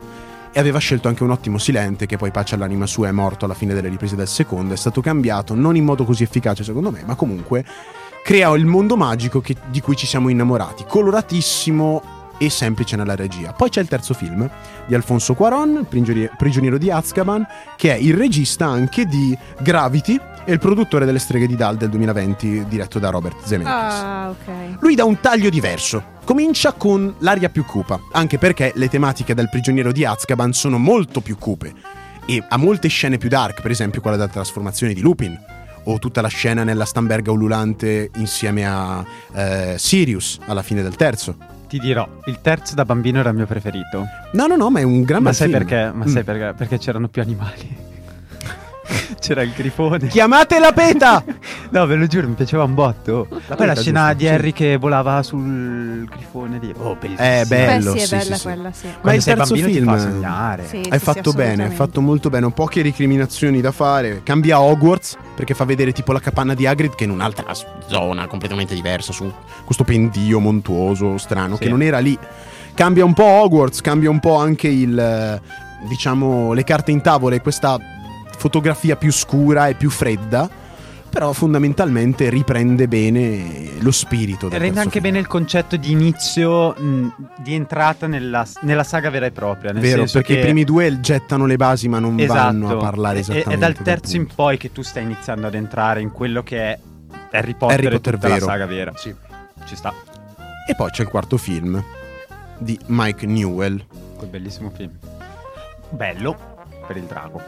S3: E aveva scelto anche un ottimo silente che poi pace all'anima sua è morto alla fine delle riprese del secondo, è stato cambiato, non in modo così efficace secondo me, ma comunque crea il mondo magico che- di cui ci siamo innamorati, coloratissimo e semplice nella regia. Poi c'è il terzo film di Alfonso Cuaron, Prigioni- Prigioniero di Azkaban, che è il regista anche di Gravity e il produttore delle Streghe di Dal del 2020, diretto da Robert Zemeckis.
S2: Ah, ok.
S3: Lui dà un taglio diverso. Comincia con l'aria più cupa, anche perché le tematiche del prigioniero di Azkaban sono molto più cupe e ha molte scene più dark, per esempio quella della trasformazione di Lupin o tutta la scena nella stamberga ululante insieme a eh, Sirius alla fine del terzo.
S1: Ti dirò, il terzo da bambino era il mio preferito.
S3: No, no, no, Ah, ma è un gran
S1: ma
S3: bel
S1: sai
S3: film.
S1: perché? Ma
S3: Mm.
S1: sai perché? Perché c'erano più animali. C'era il grifone.
S3: Chiamate la peta!
S1: No, ve lo giuro, mi piaceva un botto. Poi la
S3: peta,
S1: scena
S3: giusto,
S1: di
S3: sì.
S1: Harry che volava sul grifone lì. Oh, bellissimo.
S3: Eh, bello,
S2: Beh, sì,
S3: sì,
S2: è
S3: sì,
S2: bella
S3: sì.
S2: quella, sì.
S1: Quando
S3: il
S1: sei
S3: terzo
S1: bambino ti fa
S3: film-
S1: sognare.
S2: Sì, sì,
S3: Hai
S2: sì,
S3: fatto bene, hai
S2: assolutamente.
S3: fatto molto bene. Ho poche ricriminazioni da fare. Cambia Hogwarts perché fa vedere tipo la capanna di Hagrid che è in un'altra s- zona completamente diversa, su questo pendio montuoso strano
S1: Sì.
S3: che non era lì. Cambia un po' Hogwarts, cambia un po' anche il eh, diciamo le carte in tavola e questa fotografia più scura e più fredda. Però fondamentalmente riprende bene lo spirito del
S1: Rende
S3: terzo
S1: anche
S3: film.
S1: bene il concetto di inizio, mh, di entrata nella, nella saga vera e propria. Nel
S3: Vero,
S1: senso
S3: perché
S1: che...
S3: i primi due gettano le basi ma non
S1: esatto.
S3: vanno a parlare
S1: E-
S3: esattamente.
S1: È, dal
S3: del
S1: terzo in
S3: punto.
S1: poi che tu stai iniziando ad entrare in quello che è Harry Potter,
S3: Harry
S1: e
S3: Potter
S1: tutta
S3: vero.
S1: la saga vera.
S3: Sì.
S1: Ci sta,
S3: E poi c'è il quarto film di Mike Newell.
S1: quel bellissimo film. Bello per il drago.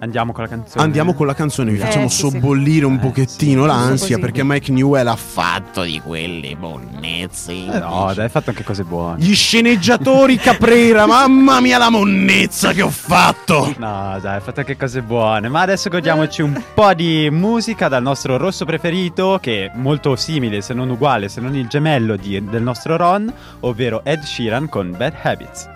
S1: Andiamo con la canzone.
S3: Andiamo con la canzone, vi
S2: Eh,
S3: facciamo
S2: sì, sì.
S3: sobbollire un
S1: Eh,
S3: pochettino
S1: sì,
S3: l'ansia
S2: giusto così.
S3: perché Mike Newell ha
S4: fatto di quelle bonnezze.
S1: Eh no, dai, hai fatto anche cose buone.
S3: gli sceneggiatori Caprera, mamma mia la monnezza che ho fatto!
S1: No, dai, hai fatto anche cose buone. Ma adesso godiamoci un po' di musica dal nostro rosso preferito, che è molto simile, se non uguale, se non il gemello di- del nostro Ron, ovvero Ed Sheeran con Bad Habits.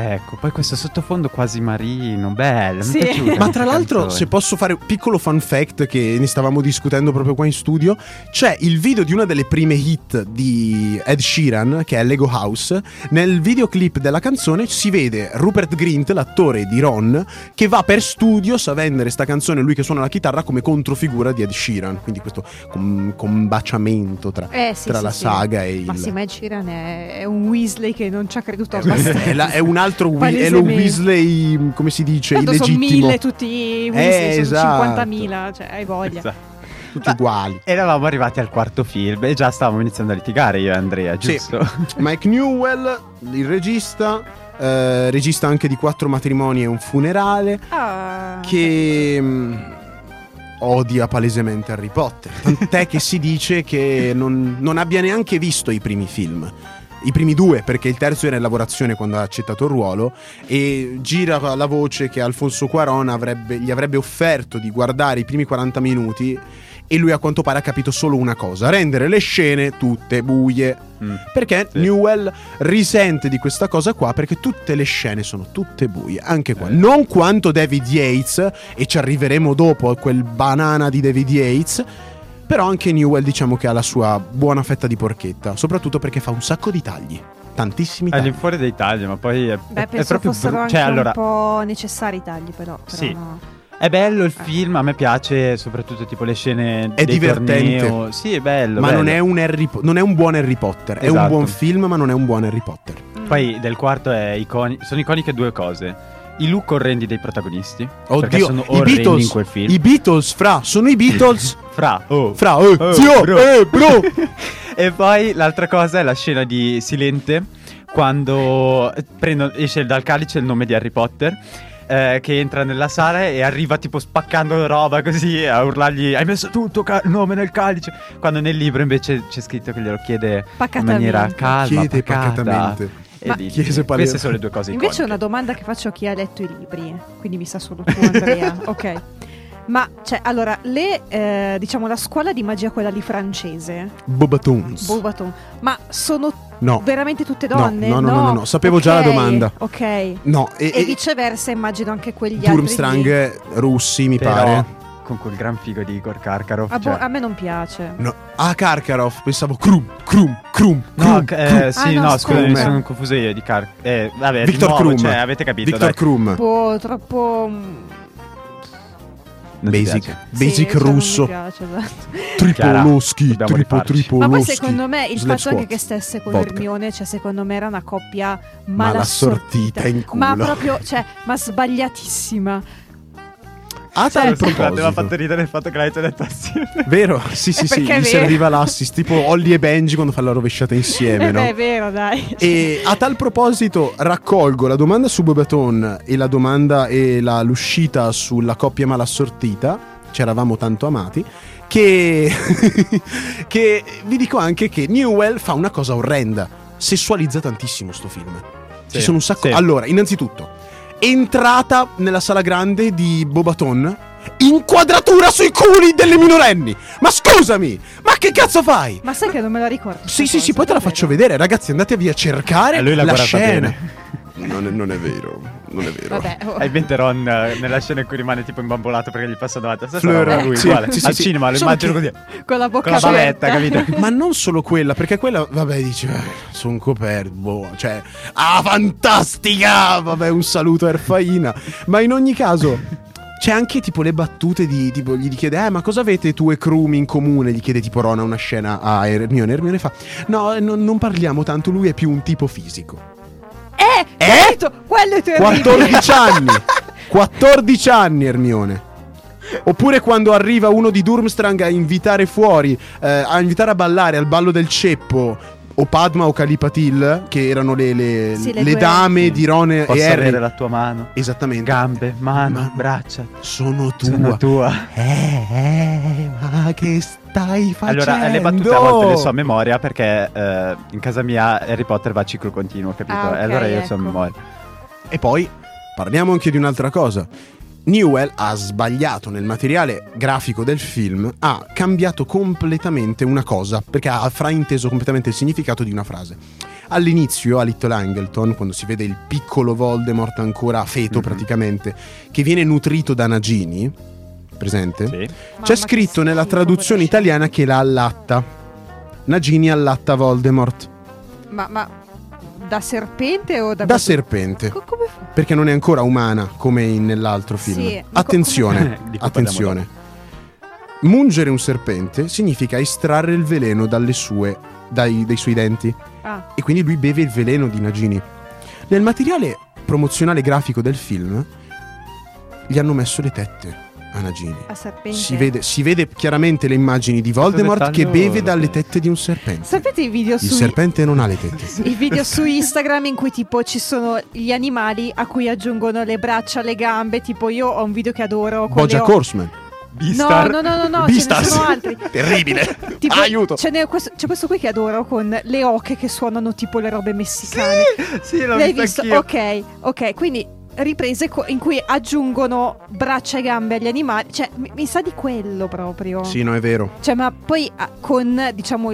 S1: Ecco, poi questo sottofondo quasi marino, bello.
S2: Sì.
S1: Mi è piaciuta
S3: Ma
S1: questa
S3: Ah, tra l'altro,
S1: canzone.
S3: se posso fare un piccolo fun fact che ne stavamo discutendo proprio qua in studio, c'è il video di una delle prime hit di Ed Sheeran, che è Lego House. Nel videoclip della canzone si vede Rupert Grint, l'attore di Ron, che va per studio a vendere sta canzone, lui che suona la chitarra, come controfigura di Ed Sheeran. Quindi questo com- combaciamento tra,
S2: Eh, sì,
S3: tra
S2: sì,
S3: la
S2: sì.
S3: saga e il... Eh,
S2: Ma sì, Ed Sheeran è, è un Weasley che non ci ha creduto abbastanza.
S3: è, la- è un altro Whi- è lo
S2: Palesemente.
S3: Weasley, come si dice,
S2: Tanto sono
S3: illegittimo.
S2: mille tutti i Weasley,
S3: Eh, esatto.
S2: sono 50.000, cioè hai voglia.
S1: Esatto.
S3: Tutti uguali.
S1: Eravamo arrivati al quarto film e già stavamo iniziando a litigare io e Andrea,
S3: Sì.
S1: giusto?
S3: Mike Newell, il regista, eh, regista anche di Quattro matrimoni e un funerale,
S2: Ah,
S3: che mh, odia palesemente Harry Potter. Tant'è che si dice che non, non abbia neanche visto i primi film. I primi due, perché il terzo era in lavorazione quando ha accettato il ruolo, e gira la voce che Alfonso Cuaron avrebbe- gli avrebbe offerto di guardare i primi 40 minuti e lui a quanto pare ha capito solo una cosa, rendere le scene tutte buie.
S1: Mm.
S3: Perché
S1: Sì.
S3: Newell risente di questa cosa qua perché tutte le scene sono tutte buie, anche qua.
S1: Eh.
S3: Non quanto David Yates, e ci arriveremo dopo a quel banana di David Yates, però anche Newell diciamo che ha la sua buona fetta di porchetta, soprattutto perché fa un sacco di tagli, tantissimi tagli.
S1: All'infuori dei tagli, ma poi è,
S2: Beh,
S1: è
S2: penso
S1: proprio
S2: fossero
S1: bru-
S2: anche
S1: cioè, allora,
S2: un po' necessari i tagli, però. però
S1: Sì.
S2: no.
S1: È bello
S2: Eh.
S1: il film, a me piace soprattutto tipo le scene
S3: È
S1: dei
S3: divertente.
S1: torneo. Sì, è bello.
S3: ma
S1: bello.
S3: non è, un Harry Po- non è un buon Harry Potter, è un
S1: Esatto.
S3: buon film ma non è un buon Harry Potter.
S2: Mm.
S1: Poi del quarto è iconi- sono iconiche due cose. I look orrendi dei protagonisti. perché
S3: Oddio,
S1: sono
S3: i
S1: orrendi
S3: Beatles,
S1: in quel film.
S3: I Beatles, fra, sono i Beatles.
S1: Fra, oh.
S3: Fra, eh,
S1: Oh,
S3: zio,
S1: bro.
S3: eh, bro.
S1: e poi l'altra cosa è la scena di Silente quando eh, prendo- esce dal calice il nome di Harry Potter. eh, che entra nella sala e arriva tipo spaccando roba così a urlargli hai messo tutto ca- il nome nel calice quando nel libro invece c'è scritto che glielo chiede in
S2: Pacatamente.
S1: maniera calma
S3: Chiede
S1: pacata.
S3: pacatamente.
S1: E
S2: Ma-
S1: lì-
S3: Chiese palese-
S1: queste sono le due cose
S2: Invece
S1: iconiche.
S2: è una domanda che faccio a chi ha letto i libri, quindi mi sa solo tu Andrea, ok. Ma, cioè, allora, le, eh, diciamo, la scuola di magia, quella lì francese,
S3: Bobatoons.
S2: Bobaton, ma sono
S3: no.
S2: veramente tutte donne?
S3: no, no, no, no, no, sapevo già la
S2: Ok,
S3: domanda.
S2: Ok, e,
S3: No, e, e,
S2: viceversa immagino anche quegli altri lì.
S3: Durmstrang russi, mi
S1: Però,
S3: pare.
S1: con quel gran figo di Igor Karkaroff
S2: Ah, boh,
S1: cioè-
S2: a me non piace.
S3: No. Ah, Karkaroff, pensavo Krum, Krum, Krum,
S1: No,
S3: Krum,
S1: c- eh,
S3: Krum.
S1: sì,
S2: Ah,
S1: no,
S2: no,
S1: scusa, mi
S3: Krum.
S1: sono confuso io di Car... Eh, vabbè, di
S3: Victor
S1: nuovo,
S3: Krum.
S1: cioè, avete capito,
S3: Victor
S1: dai.
S3: Krum.
S2: Troppo, troppo... mm,
S1: Non ti
S3: Basic.
S1: piace.
S2: sì,
S3: Basic
S2: cioè, non mi
S3: russo.
S2: piace, esatto.
S3: Tripoloschi,
S1: Chiara,
S3: tripo,
S1: dobbiamo rifarci.
S3: tripoloschi.
S2: Ma poi secondo me il
S3: Slap
S2: fatto anche
S3: squat.
S2: che stesse con
S3: Vodka.
S2: Hermione, cioè secondo me era una coppia
S3: Ma la
S2: malassortita.
S3: sortita in culo.
S2: Ma proprio, cioè, ma sbagliatissima.
S3: A
S1: Sì,
S3: tal
S1: sì, Mi aveva fatto
S3: Ah, proposito.
S1: ridere il fatto che l'avete detto assieme.
S3: Vero, sì, sì,
S2: Eh,
S3: sì,
S2: perché è
S3: gli
S2: vero.
S3: serviva l'assist, tipo Ollie e Benji quando fanno la rovesciata insieme,
S2: Eh
S3: no?
S2: beh, è vero, dai.
S3: E a tal proposito raccolgo la domanda su Bobaton e la domanda e la- l'uscita sulla coppia malassortita, ci eravamo tanto amati, che, che vi dico anche che Newell fa una cosa orrenda, sessualizza tantissimo sto film. Ci
S1: Sì,
S3: sono un sacco...
S1: sì.
S3: Allora, innanzitutto, entrata nella sala grande di Bobaton, inquadratura sui culi delle minorenni! Ma scusami, ma che cazzo fai?
S2: Ma sai che non me la ricordo.
S3: Sì,
S2: questa
S3: sì, sì,
S2: cosa,
S3: poi te la
S2: davvero.
S3: faccio vedere, ragazzi, andatevi a cercare
S1: Eh, lui l'ha
S3: la
S1: guardata
S3: scena.
S1: bene.
S3: Non è, non è vero, non è vero.
S2: Vabbè, oh.
S1: Hai in mente Ron eh, nella scena in cui rimane tipo imbambolato perché gli passa davanti. Stessa
S3: Fleur,
S1: roba, lui,
S3: sì,
S1: uguale.
S3: sì, sì,
S1: Al
S3: sì.
S1: cinema lo
S3: Solo
S1: immagino
S3: che-
S1: così.
S2: con la bocca
S1: Con la
S2: aperta.
S1: bavetta, capito?
S3: Ma non solo quella, perché quella, vabbè, dice, sono coperto, boh", cioè, ah, fantastica! Vabbè, un saluto a Erfaina. Ma in ogni caso... C'è anche tipo le battute di tipo gli chiede "Eh, ma cosa avete tu e Krum in comune?" gli chiede tipo Rona una scena a Hermione, Hermione fa "No, eh, non- non parliamo tanto, lui è più un tipo fisico".
S2: Eh,
S3: Eh?
S2: capito? Quello è terribile.
S3: 14 anni 14 anni Hermione Oppure quando arriva uno di Durmstrang a invitare fuori eh, A invitare a ballare al ballo del ceppo O Padma o Calipatil Che erano le, le-
S2: Sì, le
S3: le
S2: due.
S3: dame di Ron e
S1: Posso
S3: Harry
S1: avere la tua mano?
S3: Esattamente
S1: Gambe, mano,
S3: Ma-
S1: braccia.
S3: Sono tua
S1: Sono tua.
S3: Eh eh ma che stai facendo
S1: Allora, eh, le battute a volte le so a memoria perché eh, in casa mia Harry Potter va a ciclo continuo, capito?
S2: Ah, ok,
S1: e allora io so
S2: ecco.
S1: a memoria.
S3: E poi parliamo anche di un'altra cosa. Newell ha sbagliato nel materiale grafico del film, ha cambiato completamente una cosa, perché ha frainteso completamente il significato di una frase. All'inizio, a Little Angleton, quando si vede il piccolo Voldemort ancora feto
S1: Mhm.
S3: praticamente, che viene nutrito da Nagini, presente?
S1: Sì.
S2: Mamma,
S3: C'è
S2: che
S3: scritto nella
S2: schifo,
S3: traduzione
S2: quella scena.
S3: italiana che la allatta. Nagini allatta Voldemort.
S2: Ma, ma da serpente o da...
S3: Da serpente.
S2: Co- come fa?
S3: perché non è ancora umana come in- nell'altro film.
S2: Sì, ma co-
S1: come-
S3: attenzione,
S1: Eh, Di cui
S3: attenzione. Mungere un serpente significa estrarre il veleno dalle sue, dai, dai suoi denti.
S2: Ah,
S3: E quindi lui beve il veleno di Nagini. Nel materiale promozionale grafico del film gli hanno messo le tette a Nagini.
S2: a serpente.
S3: Si vede, si vede chiaramente le immagini di
S1: Questo
S3: Voldemort che
S1: dettaglio
S3: beve
S1: lo
S3: dalle
S1: penso.
S3: tette di un serpente.
S2: Sapete i video
S3: Il
S2: su...
S3: serpente non ha le tette.
S2: I video su Instagram in cui tipo ci sono gli animali a cui aggiungono le braccia, le gambe, tipo io ho un video che adoro con le
S3: Bogia
S2: o-
S3: Horseman.
S2: No,
S1: Beastar.
S2: no, no, no, no,
S3: Beastars.
S2: ce ne sono altri.
S3: Terribile.
S2: Tipo,
S3: Aiuto.
S2: ce n'è questo- c'è questo qui che adoro con le oche che suonano tipo le robe messicane.
S1: Sì, l'ho
S2: L'hai
S1: visto
S2: visto?
S1: anch'io.
S2: Ok, ok, quindi riprese co- in cui aggiungono braccia e gambe agli animali. Cioè, mi, mi sa di quello proprio.
S3: Sì, no, è vero.
S2: Cioè, ma poi ah, con, diciamo,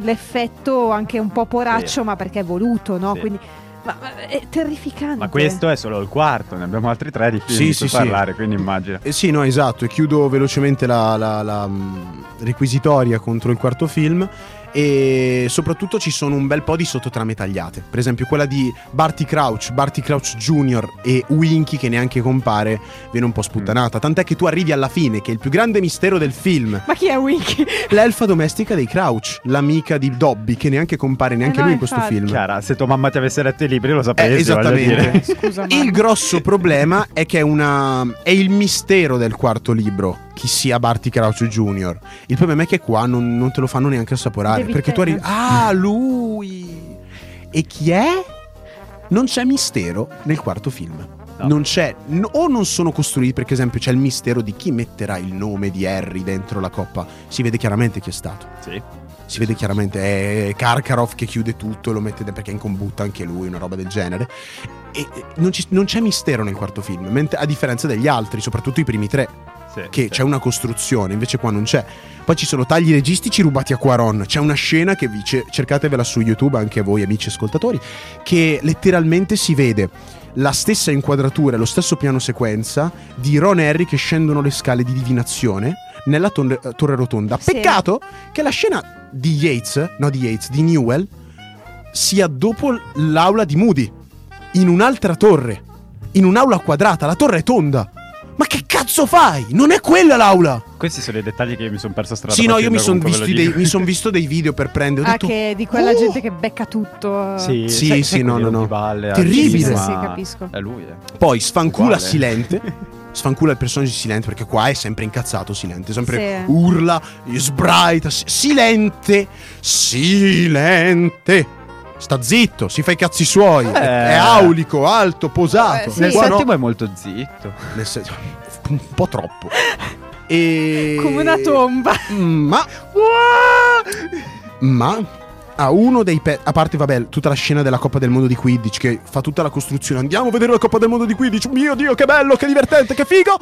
S2: l'effetto anche un po' poraccio,
S1: Sì.
S2: ma perché è voluto, no?
S1: Sì.
S2: Quindi... Ma, ma è terrificante.
S1: Ma questo è solo il quarto, ne abbiamo altri tre di film
S3: Sì,
S1: di
S3: sì,
S1: cui
S3: sì.
S1: parlare, quindi immagina.
S3: Eh sì, no, esatto. E chiudo velocemente la, la- la, mh, requisitoria contro il quarto film. E soprattutto ci sono un bel po' di sottotrame tagliate. Per esempio, quella di Barty Crouch, Barty Crouch Jr. e Winky, che neanche compare, viene un po'
S2: Mm.
S3: sputtanata. Tant'è che tu arrivi alla fine, che è il più grande mistero del film.
S2: Ma chi è Wiki?
S3: L'elfa domestica dei Crouch, l'amica di Dobby, che neanche compare neanche
S2: Eh no,
S3: lui in questo
S2: infatti.
S3: film.
S1: Chiara, se tua mamma ti avesse letto i libri lo
S3: Eh,
S1: sapresti, voglio dire.
S3: esattamente.
S2: Scusa, ma-
S3: Il grosso problema è che è, una, è il mistero del quarto libro, chi sia Barty Crouch Jr. Il problema è che qua non, non te lo fanno neanche assaporare.
S2: David
S3: perché tu arrivi.
S2: Tennant.
S3: Ah, lui! E chi è? Non c'è mistero nel quarto film.
S1: No.
S3: Non c'è, n- o non sono costruiti, perché ad esempio c'è il mistero di chi metterà il nome di Harry dentro la coppa. Si vede chiaramente chi è stato.
S1: Sì.
S3: Si vede chiaramente è Karkaroff che chiude tutto, lo mette perché è in combutta anche lui, una roba del genere. E e non, ci- non c'è mistero nel quarto film, mentre, a differenza degli altri, soprattutto i primi tre,
S1: sì,
S3: che
S1: sì.
S3: c'è una costruzione, invece qua non c'è. Poi ci sono tagli registici rubati a Quaron, c'è una scena che vi ce- cercatevela su YouTube anche voi amici ascoltatori, che letteralmente si vede la stessa inquadratura, lo stesso piano sequenza di Ron e Harry che scendono le scale di divinazione nella ton- torre rotonda.
S2: Sì.
S3: Peccato che la scena di Yates, no di Yates, di Newell, sia dopo l- l'aula di Moody, in un'altra torre, in un'aula quadrata, la torre è tonda. Ma che cazzo fai? Non è quella l'aula!
S1: Questi sono i dettagli che mi sono perso strada.
S3: Sì, no, io mi sono
S1: facendo, comunque
S3: visto,
S1: ve lo
S3: dei-
S1: dico.
S3: mi son visto dei video per prendere. Ho
S2: Ah,
S3: detto,
S2: che di quella
S3: "Oh!"
S2: gente che becca tutto.
S1: Sì,
S3: Sì,
S1: sai-
S3: sì,
S1: sai
S3: no,
S1: quelli
S3: no, no.
S1: di valle,
S3: Terribile.
S1: al
S3: Sì,
S1: cinema?
S2: sì, capisco.
S1: È lui, eh.
S3: Poi sfancula
S1: Uguale.
S3: Silente. Sfancula il personaggio di Silente perché qua è sempre incazzato Silente, sempre
S2: Sì.
S3: urla, sbraita, si- Silente, Silente. Sta zitto, si fa i cazzi suoi, è-
S1: Eh.
S3: è aulico, alto, posato.
S2: Eh, sì.
S1: Nel
S3: Qua no,
S1: settimo è molto zitto.
S3: nel se- un po' troppo. E...
S2: Come una tomba.
S3: Ma ma a uno dei pe- a parte vabbè tutta la scena della Coppa del Mondo di Quidditch che fa tutta la costruzione andiamo a vedere la Coppa del Mondo di Quidditch mio dio che bello che divertente che figo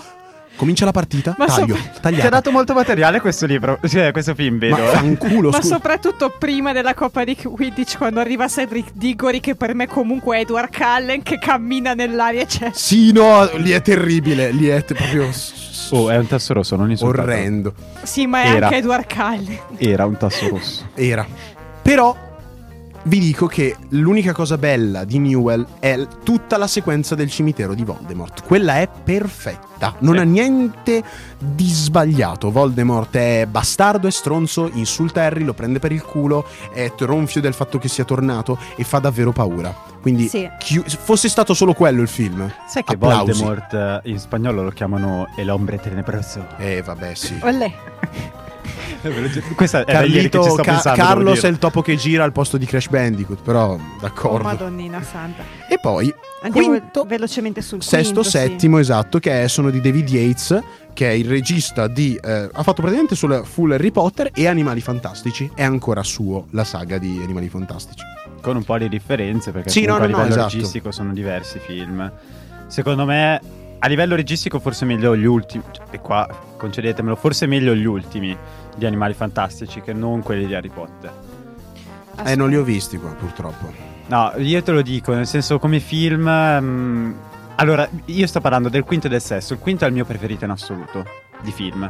S3: comincia la partita
S2: Ma
S3: taglio
S2: sopra-
S1: Ti ha
S3: tagliata
S1: dato molto materiale questo libro, cioè questo film, vedo.
S3: ma
S1: eh.
S3: fanculo
S2: Ma
S3: scusa
S2: soprattutto prima della Coppa di Quidditch, quando arriva Cedric Diggory, che per me comunque è Edward Cullen, che cammina nell'aria cioè, e c'è.
S3: sì no lì è terribile lì è te- proprio s-
S1: Oh, è un tasso rosso, non insultato.
S3: orrendo
S2: Sì, ma è
S1: Era.
S2: anche Edward Cullen.
S1: Era un tasso rosso.
S3: era però vi dico che l'unica cosa bella di Newell è l- tutta la sequenza del cimitero di Voldemort. Quella è perfetta, non
S1: Sì.
S3: ha niente di sbagliato. Voldemort è bastardo e stronzo, insulta Harry, lo prende per il culo, è t- ronfio del fatto che sia tornato e fa davvero paura. Quindi
S2: Sì.
S3: chi- se fosse stato solo quello il film.
S1: Sai che
S3: Applausi.
S1: Voldemort eh, in spagnolo lo chiamano El hombre tenebroso.
S3: Eh vabbè, sì.
S2: Ollè.
S3: Eh,
S1: Questa era ieri che ci
S3: Carlito,
S1: sto
S3: Ca-
S1: pensando. devo
S3: Carlos è
S1: dire.
S3: il topo che gira al posto di Crash Bandicoot, però
S2: Oh,
S3: d'accordo.
S2: Madonnina santa.
S3: e poi
S2: Andiamo
S3: Quinto,
S2: velocemente sul
S3: sesto,
S2: quinto, sì.
S3: settimo, esatto, che è- sono di David Yates, che è il regista di... eh, ha fatto praticamente solo full Harry Potter e Animali Fantastici. È ancora suo la saga di Animali Fantastici. Eh,
S1: Con un po' di differenze, perché
S3: Sì,
S1: comunque
S3: no, no,
S1: a
S3: no,
S1: livello
S3: esatto.
S1: registico sono diversi i film. Secondo me, a livello registico forse meglio gli ultimi, cioè, e qua concedetemelo, forse meglio gli ultimi di Animali Fantastici che non quelli di Harry Potter.
S3: Eh, non li ho visti qua, purtroppo.
S1: No, io te lo dico, nel senso come film... mm, allora, io sto parlando del quinto e del sesto, il quinto è il mio preferito in assoluto di film,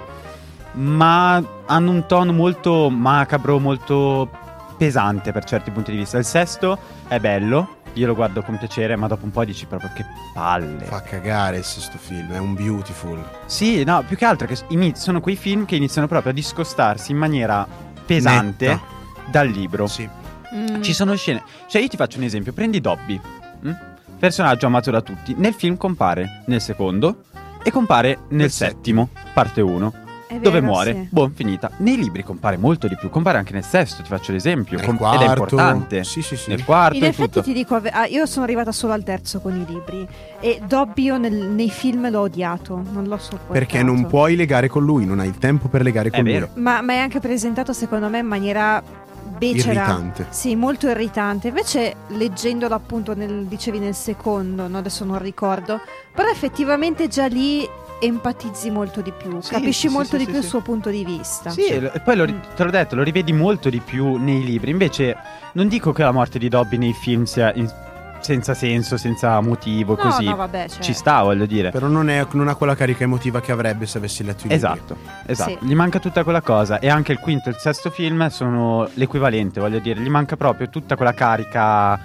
S1: ma hanno un tono molto macabro, molto pesante per certi punti di vista. Il sesto è bello, io lo guardo con piacere, ma dopo un po' dici proprio che palle.
S3: Fa cagare il sesto film, è un beautiful.
S1: Sì, no, più che altro che iniz- sono quei film che iniziano proprio a discostarsi in maniera pesante
S3: Netta.
S1: dal libro.
S3: Sì.
S2: Mm.
S1: Ci sono scene. Cioè, io ti faccio un esempio. Prendi Dobby, mh? personaggio amato da tutti. Nel film compare nel secondo e compare nel
S3: Nel
S1: settimo, parte 1,
S2: È
S1: dove
S2: vero,
S1: muore.
S2: sì.
S1: Buon, finita. Nei libri compare molto di più. Compare anche nel sesto, ti faccio l'esempio.
S3: Nel
S1: Com-
S3: quarto.
S1: ed è importante.
S3: Sì, sì, sì.
S1: Nel quarto,
S2: In
S1: e
S2: effetti
S1: tutto.
S2: ti dico, ave- ah, io sono arrivata solo al terzo con i libri e Dobby io nel- nei film l'ho odiato, non l'ho sopportato.
S3: Perché non puoi legare con lui, non hai il tempo per legare
S1: È
S3: con lui.
S1: vero.
S2: Ma, ma è anche presentato secondo me in maniera becera.
S3: irritante.
S2: Sì, molto irritante. Invece, leggendola appunto, nel, dicevi nel secondo, no? adesso non ricordo, però effettivamente già lì empatizzi molto di più,
S1: Sì,
S2: capisci
S1: sì,
S2: molto
S1: sì,
S2: di
S1: sì,
S2: più il
S1: sì.
S2: suo punto di vista.
S1: Sì, e lo- e poi lo,
S2: Mm.
S1: ri- te l'ho detto, lo rivedi molto di più nei libri. Invece, non dico che la morte di Dobby nei film sia in- senza senso, senza motivo,
S2: No,
S1: così.
S2: no, vabbè, cioè,
S1: Ci sta, voglio dire.
S3: Però non, è- non ha quella carica emotiva che avrebbe se avessi letto il
S1: Esatto, esatto.
S2: Sì.
S1: Gli manca tutta quella cosa. E anche il quinto e il sesto film sono l'equivalente, voglio dire. Gli manca proprio tutta quella carica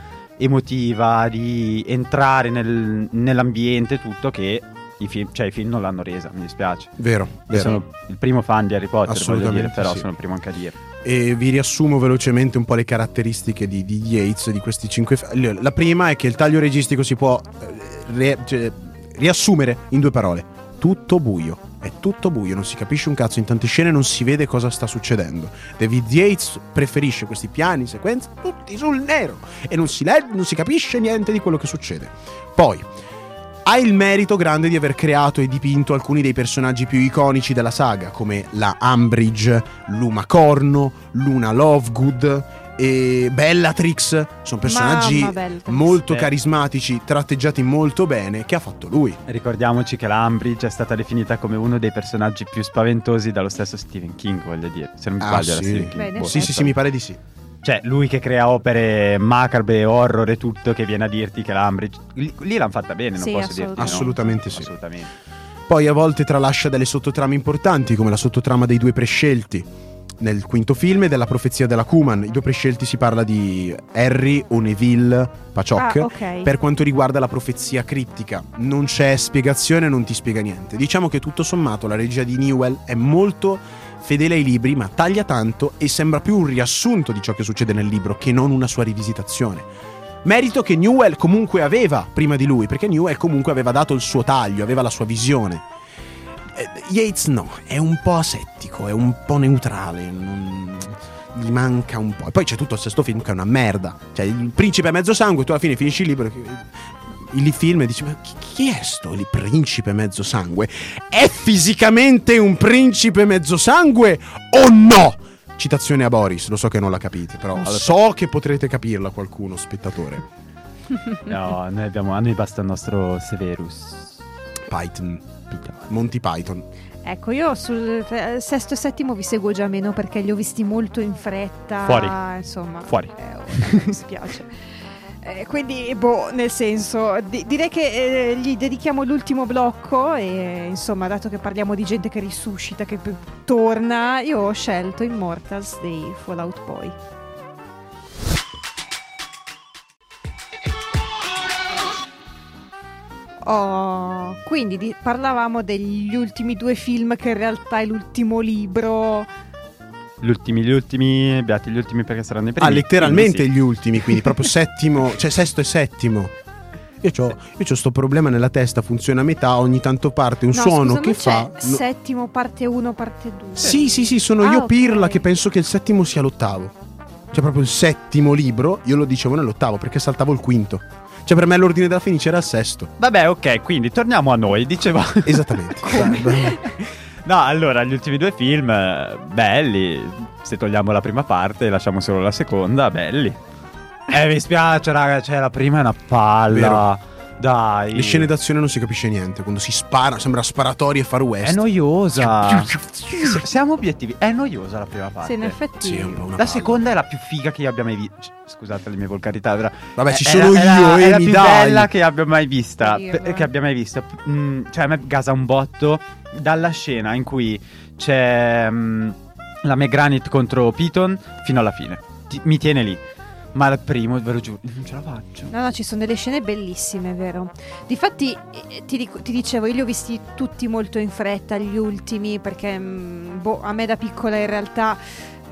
S1: emotiva di entrare nel- nell'ambiente, e tutto che. I film, cioè, i film non l'hanno resa, mi dispiace.
S3: Vero,
S1: Io
S3: vero.
S1: sono il primo fan di Harry Potter, voglio dire,
S3: Assolutamente
S1: però
S3: sì.
S1: sono il primo anche a dirlo.
S3: E vi riassumo velocemente un po' le caratteristiche di, di Yates di questi cinque film. La prima è che il taglio registico si può eh, re- cioè, riassumere in due parole: tutto buio. È tutto buio, non si capisce un cazzo, in tante scene non si vede cosa sta succedendo. David Yates preferisce questi piani, sequenze, tutti sul nero e non si, le- non si capisce niente di quello che succede. Poi ha il merito grande di aver creato e dipinto alcuni dei personaggi più iconici della saga, come la Umbridge, Luma Corno, Luna Lovegood e Bellatrix. Sono personaggi
S2: Mamma bella.
S3: molto
S1: Beh.
S3: carismatici, tratteggiati molto bene, che ha fatto lui.
S1: Ricordiamoci che la Umbridge è stata definita come uno dei personaggi più spaventosi dallo stesso Stephen King, voglio dire. Se non mi
S3: Ah,
S1: sbaglio, era
S3: sì.
S1: Stephen King.
S2: Bene.
S1: boh,
S3: Sì,
S1: non
S3: sì,
S1: so.
S3: sì, mi pare di sì.
S1: Cioè, lui che crea opere macabre, horror e tutto, che viene a dirti che la Umbridge. Lì, lì l'hanno fatta bene, non
S2: Sì,
S1: posso dirti. no.
S3: Assolutamente sì.
S1: Assolutamente.
S3: Poi a volte tralascia delle sottotrame importanti, come la sottotrama dei due prescelti. Nel quinto film e della profezia della Kuman, i due prescelti si parla di Harry o Neville Paciok.
S2: Ah, ok.
S3: Per quanto riguarda la profezia criptica, non c'è spiegazione, non ti spiega niente. Diciamo che tutto sommato la regia di Newell è molto fedele ai libri, ma taglia tanto e sembra più un riassunto di ciò che succede nel libro che non una sua rivisitazione. Merito che Newell comunque aveva prima di lui, perché Newell comunque aveva dato il suo taglio, aveva la sua visione. Eh, Yates no, è un po' asettico, è un po' neutrale, non- gli manca un po'. E poi c'è tutto il sesto film che è una merda. Cioè, il principe è mezzo sangue, tu alla fine finisci il libro. Il il film e dici: Ma chi, chi è sto il principe mezzo sangue? È fisicamente un principe mezzo sangue o no? Citazione a Boris, lo so che non la capite, però
S1: Adesso-
S3: so che potrete capirla qualcuno, spettatore.
S1: No, noi abbiamo. A noi basta il nostro Severus.
S3: Python,
S1: Piton.
S3: Monty Python.
S2: Ecco, io sul eh, sesto e settimo vi seguo già meno perché li ho visti molto in fretta.
S1: Fuori.
S2: Ah, Insomma,
S1: Fuori.
S2: Eh, ora, mi spiace. Eh, quindi, boh, nel senso, di- direi che eh, gli dedichiamo l'ultimo blocco e, insomma, dato che parliamo di gente che risuscita, che p- torna, io ho scelto Immortals dei Fallout Boy. Oh, quindi di- parlavamo degli ultimi due film che in realtà è l'ultimo libro.
S1: Gli ultimi, gli ultimi. Beati gli ultimi perché saranno i primi.
S3: Ah, letteralmente
S1: Quindi
S3: gli ultimi, quindi proprio settimo, cioè sesto e settimo. Io ho sto problema nella testa, funziona a metà, ogni tanto parte un
S2: No,
S3: suono
S2: scusa,
S3: che
S2: non
S3: fa.
S2: c'è
S3: no-
S2: Settimo, parte 1, parte 2.
S3: Sì, sì, sì, sono
S2: Ah,
S3: io
S2: ok.
S3: pirla che penso che il settimo sia l'ottavo. Cioè proprio il settimo libro, io lo dicevo nell'ottavo perché saltavo il quinto. Cioè per me l'ordine della finice era il sesto.
S1: sì. Vabbè, ok, quindi torniamo a noi. Diceva.
S3: Esattamente. Esatto.
S1: Esatto. No, allora, gli ultimi due film, eh, belli. Se togliamo la prima parte e lasciamo solo la seconda, belli. Eh, mi spiace, raga, cioè, la prima è una palla. Dai.
S3: Le scene d'azione non si capisce niente, quando si spara, sembra sparatorie far west. Cioè,
S1: È noiosa. S- Siamo obiettivi. È noiosa la prima parte.
S2: Sì, in effetti.
S3: Sì, è un po' una
S1: La
S3: palla.
S1: seconda è la più figa che io abbia mai visto. Scusate le mie volgarità, però.
S3: Vabbè, ci
S1: È-
S3: sono
S1: è la-
S3: io
S1: è
S3: e
S1: la
S3: mi
S1: Eh, più
S3: dai.
S1: bella che abbia mai vista.
S2: Sì,
S1: pe-
S2: vabbè.
S1: che abbia mai visto. Mm, cioè, a me gasa un botto dalla scena in cui c'è mm, la Megranit contro Piton fino alla fine. Ti- mi tiene lì. Ma al primo, ve lo giuro, non ce la faccio.
S2: No, no, ci sono delle scene bellissime, vero? Difatti, eh, ti, dico- ti dicevo, io li ho visti tutti molto in fretta, gli ultimi, perché mm, boh, a me da piccola in realtà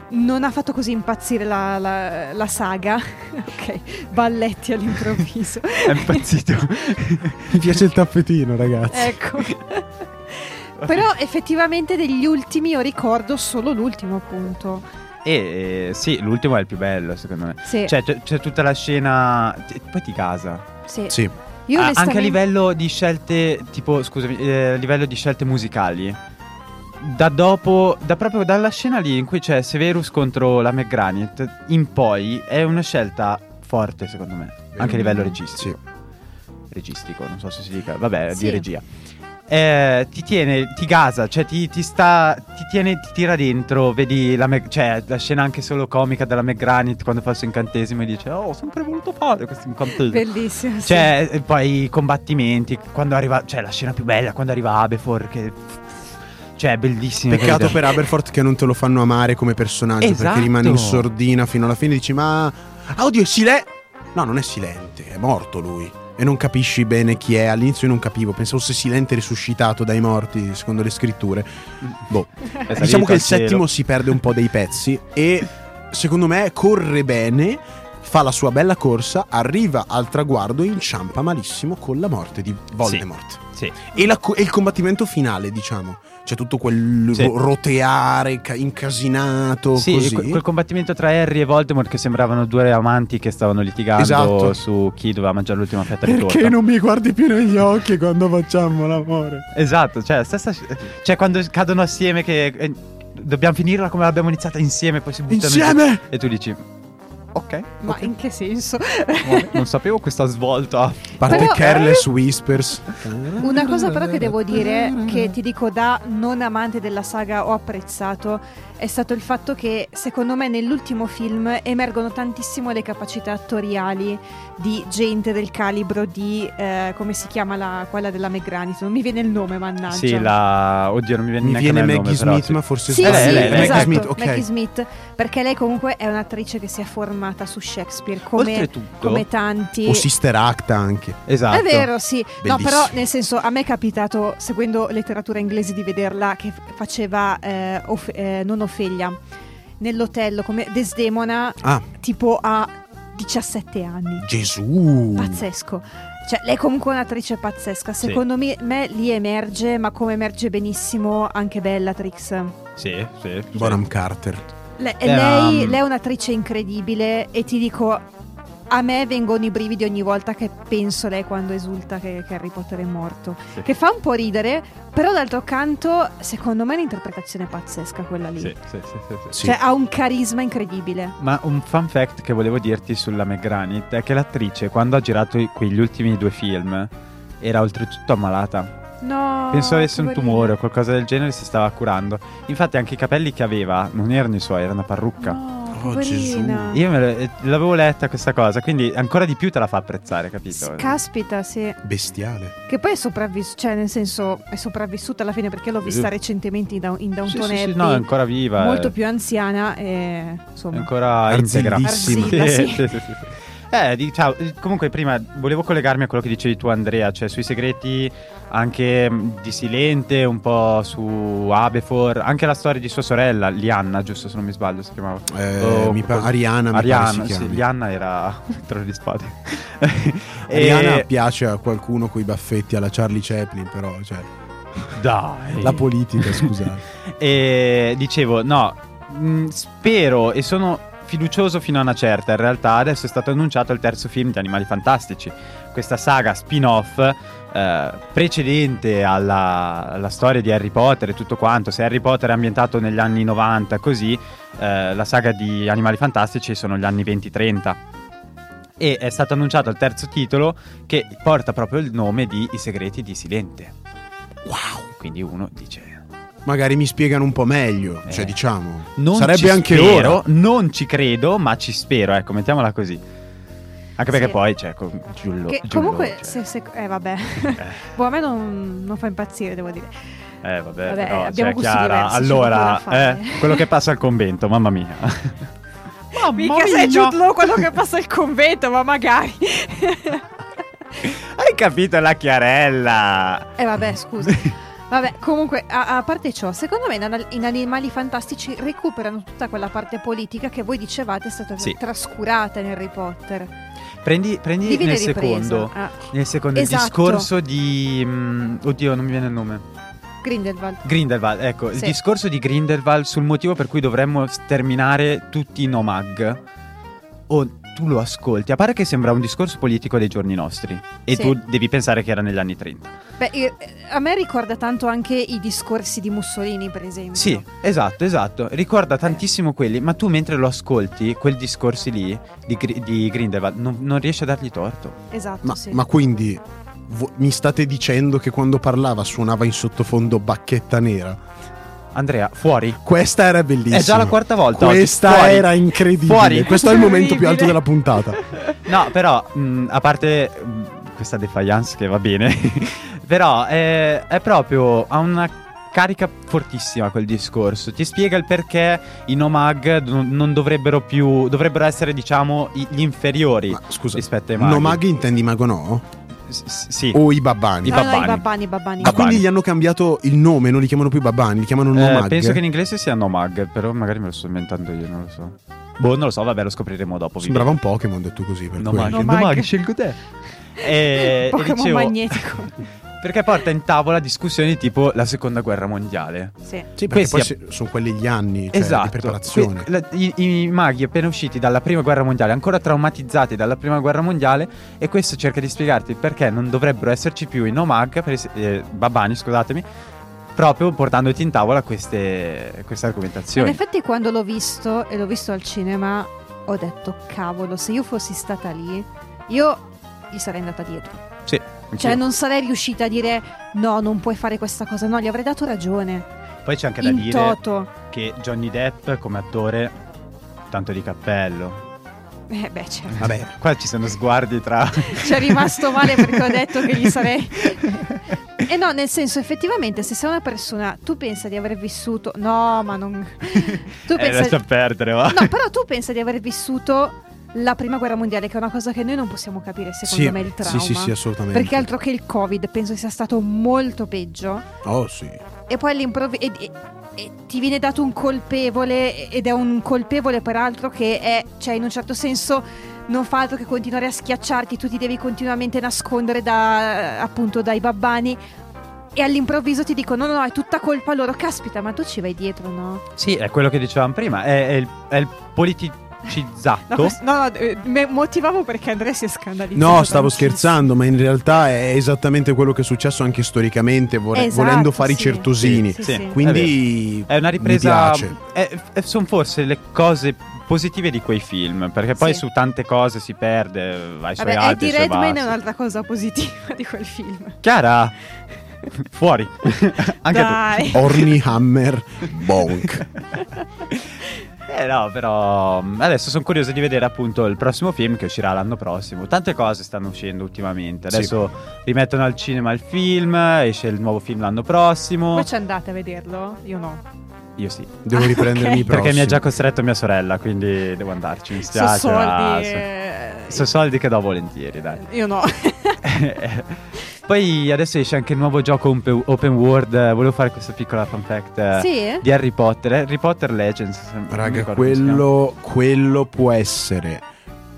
S2: non ha fatto così impazzire la, la- la saga. ok, balletti all'improvviso.
S1: È impazzito.
S3: Mi piace il tappetino, ragazzi.
S2: ecco. Però effettivamente degli ultimi io ricordo solo l'ultimo, appunto.
S1: e eh, sì, l'ultimo è il più bello, secondo me.
S2: Sì,
S1: Cioè, c'è, c'è tutta la scena. t- Poi ti casa.
S2: sì.
S3: Sì.
S2: Io
S1: Ah,
S2: onestamente-
S1: anche a livello di scelte, tipo, scusami, eh, a livello di scelte musicali. da dopo, da proprio dalla scena lì in cui c'è Severus contro la McGranit in poi è una scelta forte secondo me, anche a livello registico. Registico, non so se si dica, vabbè,
S2: Sì.
S1: di regia. Eh, ti tiene, ti gasa, cioè ti, ti sta, ti tiene, ti tira dentro, vedi la, Mac- cioè, la scena anche solo comica della McGranit quando fa il suo incantesimo e dice oh ho sempre voluto fare questo incantesimo.
S2: Bellissimo. sì.
S1: Cioè, e poi i combattimenti, quando arriva, cioè la scena più bella, quando arriva Abefor, che... Cioè, è bellissima.
S3: Peccato
S1: capito?
S3: per Aberforth che non te lo fanno amare come personaggio
S1: Esatto.
S3: perché rimane in sordina fino alla fine e dici ma... Ah, oddio, è Silè! No, non è Silente, è morto lui. E non capisci bene chi è. All'inizio io non capivo, pensavo fosse Silente risuscitato dai morti, secondo le scritture. Boh.
S1: È salito
S3: diciamo che
S1: al
S3: il
S1: cielo.
S3: settimo si perde un po' dei pezzi e secondo me corre bene, fa la sua bella corsa, arriva al traguardo e inciampa malissimo con la morte di Voldemort.
S1: Sì.
S3: E, la co- e il combattimento finale, diciamo. C'è tutto quel
S1: Sì.
S3: ro- roteare ca- incasinato,
S1: Sì,
S3: così.
S1: que- quel combattimento tra Harry e Voldemort che sembravano due amanti che stavano litigando
S3: Esatto.
S1: su chi doveva mangiare l'ultima fetta di torta.
S3: non mi guardi più negli occhi quando facciamo l'amore?
S1: Esatto, cioè, stessa sc- cioè quando cadono assieme che eh, dobbiamo finirla come l'abbiamo iniziata insieme, poi si buttano
S3: Insieme!
S1: giù. e tu dici Ok,
S2: Ma in che senso?
S1: non sapevo questa svolta.
S3: Parte
S2: Però-
S3: Careless Whispers.
S2: Una cosa però che devo dire, che ti dico da non amante della saga ho apprezzato, è stato il fatto che secondo me nell'ultimo film emergono tantissimo le capacità attoriali di gente del calibro di, eh, come si chiama la- quella della Megranito, non mi viene il nome mannaggia.
S1: Sì, la oddio, non mi viene
S3: Mi
S1: neanche
S3: viene
S1: a me il nome,
S3: Maggie
S1: però,
S3: Smith,
S1: sì.
S3: ma forse
S2: Sì,
S1: Eh,
S3: sbaglio.
S2: sì,
S1: lei- lei-
S2: esatto,
S3: Maggie Smith, ok.
S2: Maggie Smith, perché lei comunque è un'attrice che si è formata su Shakespeare come,
S1: Oltretutto,
S2: come tanti.
S3: O Sister Act anche.
S1: esatto.
S2: È vero, sì. No,
S3: Bellissimo.
S2: però nel senso, a me è capitato, seguendo letteratura inglese, di vederla che f- faceva eh, Of- eh, non Ofelia nell'otello come Desdemona,
S3: Ah,
S2: tipo a 17
S1: Uh.
S2: anni.
S3: Gesù.
S2: Pazzesco. Cioè, lei è comunque un'attrice pazzesca.
S1: Sì.
S2: Secondo me, me lì emerge, ma come emerge benissimo anche Bellatrix.
S1: Sì, sì. sì.
S3: Bonham Carter.
S2: Le-
S1: Beh,
S2: lei,
S1: um,
S2: lei è un'attrice incredibile e ti dico, a me vengono i brividi ogni volta che penso lei quando esulta che, che Harry Potter è morto.
S1: Sì.
S2: Che fa un po' ridere, però d'altro canto, secondo me è un'interpretazione pazzesca quella lì.
S1: Sì, sì, sì, sì, sì.
S3: Sì.
S2: Cioè ha un carisma incredibile.
S1: Ma un fun fact che volevo dirti sulla McGranit è che l'attrice, quando ha girato i- quegli ultimi due film, era oltretutto ammalata.
S2: No.
S1: Penso avesse un
S2: Ah, poverina.
S1: tumore o qualcosa del genere, si stava curando. Infatti, anche i capelli che aveva non erano i suoi, era una parrucca.
S2: No,
S3: Oh,
S2: poverina.
S1: Io me lo- eh, l'avevo letta questa cosa, quindi ancora di più te la fa apprezzare, capito?
S2: S- Caspita, sì.
S3: Bestiale.
S2: Che poi è sopravvissuta, cioè nel senso è sopravvissuta alla fine perché l'ho vista recentemente in, Down- in
S1: sì,
S2: Downton
S1: sì, sì,
S2: Abbey,
S1: no, è ancora viva. eh.
S2: molto
S1: è-
S2: più anziana e insomma.
S1: ancora integra.
S3: Arzillissima.
S2: Arzilla, sì.
S1: Eh, diciamo, comunque prima volevo collegarmi a quello che dicevi tu Andrea, cioè sui segreti anche mh, di Silente, un po' su Abefor, anche la storia di sua sorella, Lianna, giusto se non mi sbaglio si chiamava.
S3: Eh,
S1: Oh,
S3: mi pa-
S1: cosa-
S3: Ariana, mi pare
S1: Ariana,
S3: si
S1: sì,
S3: chiami.
S1: Lianna era tra le spade. E-
S3: Ariana piace a qualcuno coi baffetti alla Charlie Chaplin, però, cioè,
S1: Dai.
S3: la politica, scusate.
S1: E dicevo, no, mh, spero e sono fiducioso fino a una certa. In realtà adesso è stato annunciato il terzo film di Animali Fantastici, questa saga spin-off eh, precedente alla, alla storia di Harry Potter e tutto quanto. Se Harry Potter è ambientato negli anni 90 così, eh, la saga di Animali Fantastici sono gli anni 20-30. E è stato annunciato il terzo titolo che porta proprio il nome di I segreti di Silente. Wow! Quindi uno dice...
S3: Magari mi spiegano un po' meglio,
S1: Eh.
S3: cioè, diciamo.
S1: Non
S3: sarebbe
S1: ci
S3: anche
S1: spero,
S3: ora.
S1: Non ci credo, ma ci spero, ecco, mettiamola così. Anche perché
S2: Sì.
S1: poi, cioè, con Giullo,
S2: Che
S1: Giullo,
S2: comunque,
S1: cioè,
S2: se, se- eh vabbè,
S1: Eh.
S2: boh, a me non, non fa impazzire, devo dire.
S1: eh, vabbè,
S2: vabbè,
S1: però,
S2: abbiamo
S1: cioè,
S2: gusti
S1: Chiara,
S2: diversi, c'è
S1: allora,
S2: poco da
S1: eh,
S2: fare.
S1: quello che passa al convento, mamma mia. Mamma
S2: Mica sei Jude Law quello che passa il convento, ma magari.
S1: Hai capito la Chiarella?
S2: eh vabbè, scusa. Vabbè, comunque, a, a parte ciò, secondo me in, Anal- in Animali Fantastici recuperano tutta quella parte politica che voi dicevate è stata
S1: Sì.
S2: trascurata in Harry Potter.
S1: Prendi, prendi
S2: Lì viene
S1: nel
S2: ripresa.
S1: secondo,
S2: Ah,
S1: nel secondo il
S2: Esatto.
S1: discorso di... mm, oddio, non mi viene il nome.
S2: Grindelwald.
S1: Grindelwald, ecco, il
S2: Sì.
S1: discorso di Grindelwald sul motivo per cui dovremmo sterminare tutti i nomag o tu lo ascolti, a parte che sembra un discorso politico dei giorni nostri. E
S2: Sì.
S1: tu devi pensare che era negli anni 30.
S2: Beh, eh, a me ricorda tanto anche i discorsi di Mussolini, per esempio.
S1: Sì, esatto, esatto. Ricorda tantissimo quelli, ma tu mentre lo ascolti, quel discorsi lì di, Gri- di Grindelwald, non, non riesci a dargli torto.
S2: Esatto,
S3: Ma,
S2: sì.
S3: ma quindi vo- mi state dicendo che quando parlava suonava in sottofondo bacchetta nera?
S1: Andrea, fuori.
S3: Questa era bellissima.
S1: È Eh, già la quarta volta. oggi,
S3: Questa
S1: fuori.
S3: era incredibile.
S1: Fuori.
S3: Questo è il momento più
S2: Incredibile.
S3: alto della puntata.
S1: No, però, mh, a parte mh, questa defiance che va bene, però eh, è proprio, ha una carica fortissima quel discorso. Ti spiega il perché i Nomag non non dovrebbero più, dovrebbero essere, diciamo, i- gli inferiori
S3: Ma scusa,
S1: rispetto ai maghi.
S3: Nomag intendi Mago no?
S1: S- s- sì.
S3: O i babbani?
S1: I
S2: no,
S1: babbani.
S2: no, i babbani, i babbani.
S3: Ah,
S1: babbani.
S3: quindi gli hanno cambiato il nome, non li chiamano più babbani, li chiamano
S1: Eh,
S3: Nomag.
S1: penso che in inglese sia Nomag, però magari me lo sto inventando io, non lo so. Boh, non lo so, vabbè, lo scopriremo dopo. vi
S3: Sembrava
S1: dico.
S3: un Pokémon detto così. Per
S1: Nomag,
S3: quello.
S2: Nomag.
S1: Nomag, scelgo te. Eh, E, e
S2: Pokémon
S1: dicevo-
S2: magnetico.
S1: Perché porta in tavola discussioni tipo la seconda guerra mondiale.
S2: Sì.
S3: Sì, perché
S1: Questi
S3: poi
S1: a-
S3: se- sono quelli gli anni cioè,
S1: esatto.
S3: di preparazione.
S1: Que- la- i, i maghi appena usciti dalla prima guerra mondiale, ancora traumatizzati dalla prima guerra mondiale, e questo cerca di spiegarti perché non dovrebbero esserci più i nomag, per es- eh, babbani, scusatemi, proprio portandoti in tavola queste, queste
S2: In
S1: argomentazioni.
S2: effetti quando l'ho visto, e l'ho visto al cinema, ho detto, cavolo, se io fossi stata lì, io gli sarei andata dietro.
S1: Sì,
S2: Cioè,
S1: anch'io.
S2: non sarei riuscita a dire, no, non puoi fare questa cosa. No, gli avrei dato ragione.
S1: Poi c'è anche da
S2: in
S1: dire
S2: toto.
S1: che Johnny Depp come attore, tanto di cappello.
S2: Eh, beh, certo.
S3: Vabbè.
S1: Qua ci sono sguardi tra...
S2: Ci è rimasto male perché ho detto che gli sarei- E no, nel senso, effettivamente, se sei una persona, tu pensa di aver vissuto. No, ma non. Tu
S1: eh,
S2: pensa.
S1: lascia perdere, va.
S2: No, però tu pensa di aver vissuto la prima guerra mondiale, che è una cosa che noi non possiamo capire, secondo
S3: Sì,
S2: me, il trauma.
S3: sì, sì, sì, assolutamente.
S2: Perché altro che il Covid, penso sia stato molto peggio.
S3: Oh, sì.
S2: E poi all'improvviso. E, e- e ti viene dato un colpevole, ed è un colpevole, peraltro, che è, cioè, in un certo senso. Non fa altro che continuare a schiacciarti, tu ti devi continuamente nascondere da, appunto dai babbani. E all'improvviso ti dicono: no, no, è tutta colpa loro. Caspita, ma tu ci vai dietro, no?
S1: Sì, è quello che dicevamo prima, è, è il, è il politicizzato.
S2: No, questo- no, no, eh, me- motivavo perché Andrea si è scandalizzato.
S3: No, stavo
S2: tantissimo.
S3: scherzando, ma in realtà è esattamente quello che è successo anche storicamente, vore-
S2: Esatto,
S3: volendo fare i
S2: sì.
S3: certosini.
S2: Sì,
S1: Sì,
S2: sì.
S3: Quindi
S1: È una
S3: Mi
S1: ripresa.
S3: piace.
S1: sono forse le cose positive di quei film, perché poi
S2: Sì.
S1: su tante cose si perde, ai
S2: Vabbè,
S1: suoi
S2: Eddie
S1: alti, ai suoi
S2: Redmayne è
S1: bassi.
S2: un'altra cosa positiva di quel film.
S1: Chiara, fuori. Anche
S2: Dai.
S3: Orny Hammer Bonk.
S1: Eh no, però mm, adesso sono curioso di vedere appunto il prossimo film che uscirà l'anno prossimo. Tante cose stanno uscendo ultimamente.
S3: Sì.
S1: Adesso rimettono al cinema il film, esce il nuovo film l'anno prossimo.
S2: Voi ci andate a vederlo? Io no.
S1: Io sì,
S3: Devo
S2: Ah,
S3: riprendermi
S2: ok.
S3: i prossimi.
S1: perché mi ha già costretto mia sorella, quindi devo andarci, mi
S2: Sono
S1: spiace. ma
S2: soldi.
S1: so-
S2: eh,
S1: ah, so Eh, soldi che do volentieri, dai.
S2: Io no.
S1: Poi adesso esce anche il nuovo gioco open open world. eh, Volevo fare questa piccola fun fact eh,
S2: sì?
S1: di Harry Potter. Harry Potter Legends. se- non mi
S3: Raga,
S1: ricordo come si chiama.
S3: quello, quello può essere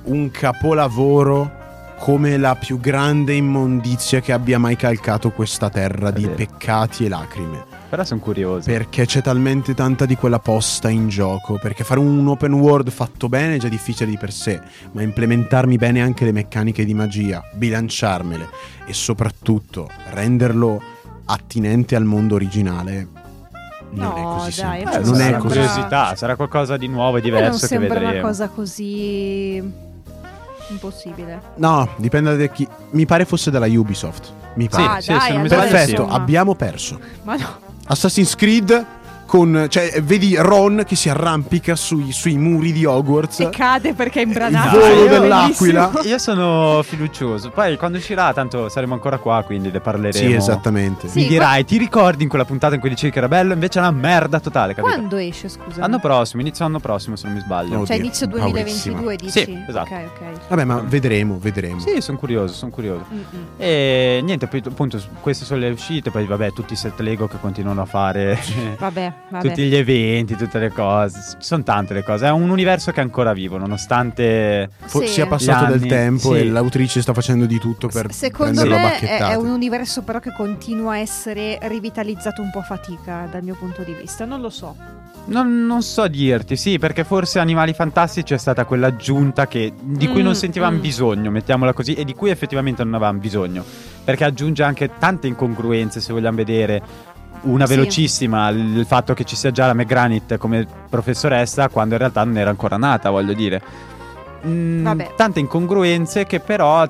S3: un capolavoro come la più grande immondizia che abbia mai calcato questa terra
S1: È
S3: di
S1: vero.
S3: peccati e lacrime.
S1: Però sono curioso.
S3: Perché c'è talmente tanta di quella posta in gioco. Perché fare un open world fatto bene è già difficile di per sé, ma implementarmi bene anche le meccaniche di magia, bilanciarmele e soprattutto renderlo attinente al mondo originale. Non è
S2: No,
S3: così
S2: dai,
S3: semplice.
S2: Eh,
S3: cioè, non
S1: sarà
S3: è
S1: una
S3: così.
S1: curiosità, sarà qualcosa di nuovo e
S2: Eh, non
S1: diverso che
S2: sembra
S1: vedremo.
S2: una cosa così impossibile.
S3: No, dipende da chi. Mi pare fosse dalla Ubisoft. Mi
S1: Sì,
S3: pare.
S2: ah,
S1: sì,
S2: dai,
S1: se non
S2: allora,
S1: mi sbaglio, sì.
S3: Perfetto,
S2: insomma.
S3: abbiamo perso.
S2: Ma no.
S3: Assassin's Creed con. Cioè, vedi Ron che si arrampica sui, sui muri di Hogwarts.
S2: E cade perché è imbranato.
S1: Il volo
S2: Io-
S3: dell'aquila.
S2: bellissimo.
S1: Io sono fiducioso. Poi quando uscirà, tanto saremo ancora qua, quindi ne parleremo.
S3: Sì, esatto. esattamente.
S2: Sì.
S1: Mi dirai, ti ricordi in quella puntata in cui dicevi che era bello? Invece è una merda totale, capito?
S2: Quando esce, scusa?
S1: Anno prossimo, inizio anno prossimo, se non mi sbaglio.
S3: No,
S2: Cioè
S3: Oddio,
S2: inizio
S3: paurissima.
S2: 2022 dici?
S1: Sì, esatto.
S2: Ok, ok. Mm,
S3: Vabbè, ma vedremo, vedremo.
S1: Sì, sono curioso, sono curioso.
S2: Mm-mm.
S1: E niente, poi appunto s- queste sono le uscite, poi vabbè tutti i set Lego che continuano a fare
S2: Vabbè, vabbè.
S1: tutti gli eventi, tutte le cose, S- sono tante le cose, è un universo che è ancora vivo nonostante...
S3: Fo-
S2: Sì.
S3: Sia passato
S1: Gli
S3: del
S1: anni,
S3: tempo
S1: sì.
S3: e l'autrice sta facendo di tutto Ecco, per
S2: S- Secondo
S3: prendere la
S2: me è,
S3: bacchettate.
S2: è un universo però che continua a essere rivitalizzato un po' a fatica dal mio punto di vista, non lo so.
S1: Non, non so dirti, sì, perché forse Animali Fantastici è stata quell'aggiunta che, di cui
S2: Mm,
S1: non sentivamo
S2: mm.
S1: bisogno, mettiamola così, e di cui effettivamente non avevamo bisogno. Perché aggiunge anche tante incongruenze, se vogliamo vedere. Una
S2: Sì.
S1: velocissima, il il fatto che ci sia già la McGranit come professoressa quando in realtà non era ancora nata, voglio dire. Mm,
S2: Vabbè.
S1: Tante incongruenze che però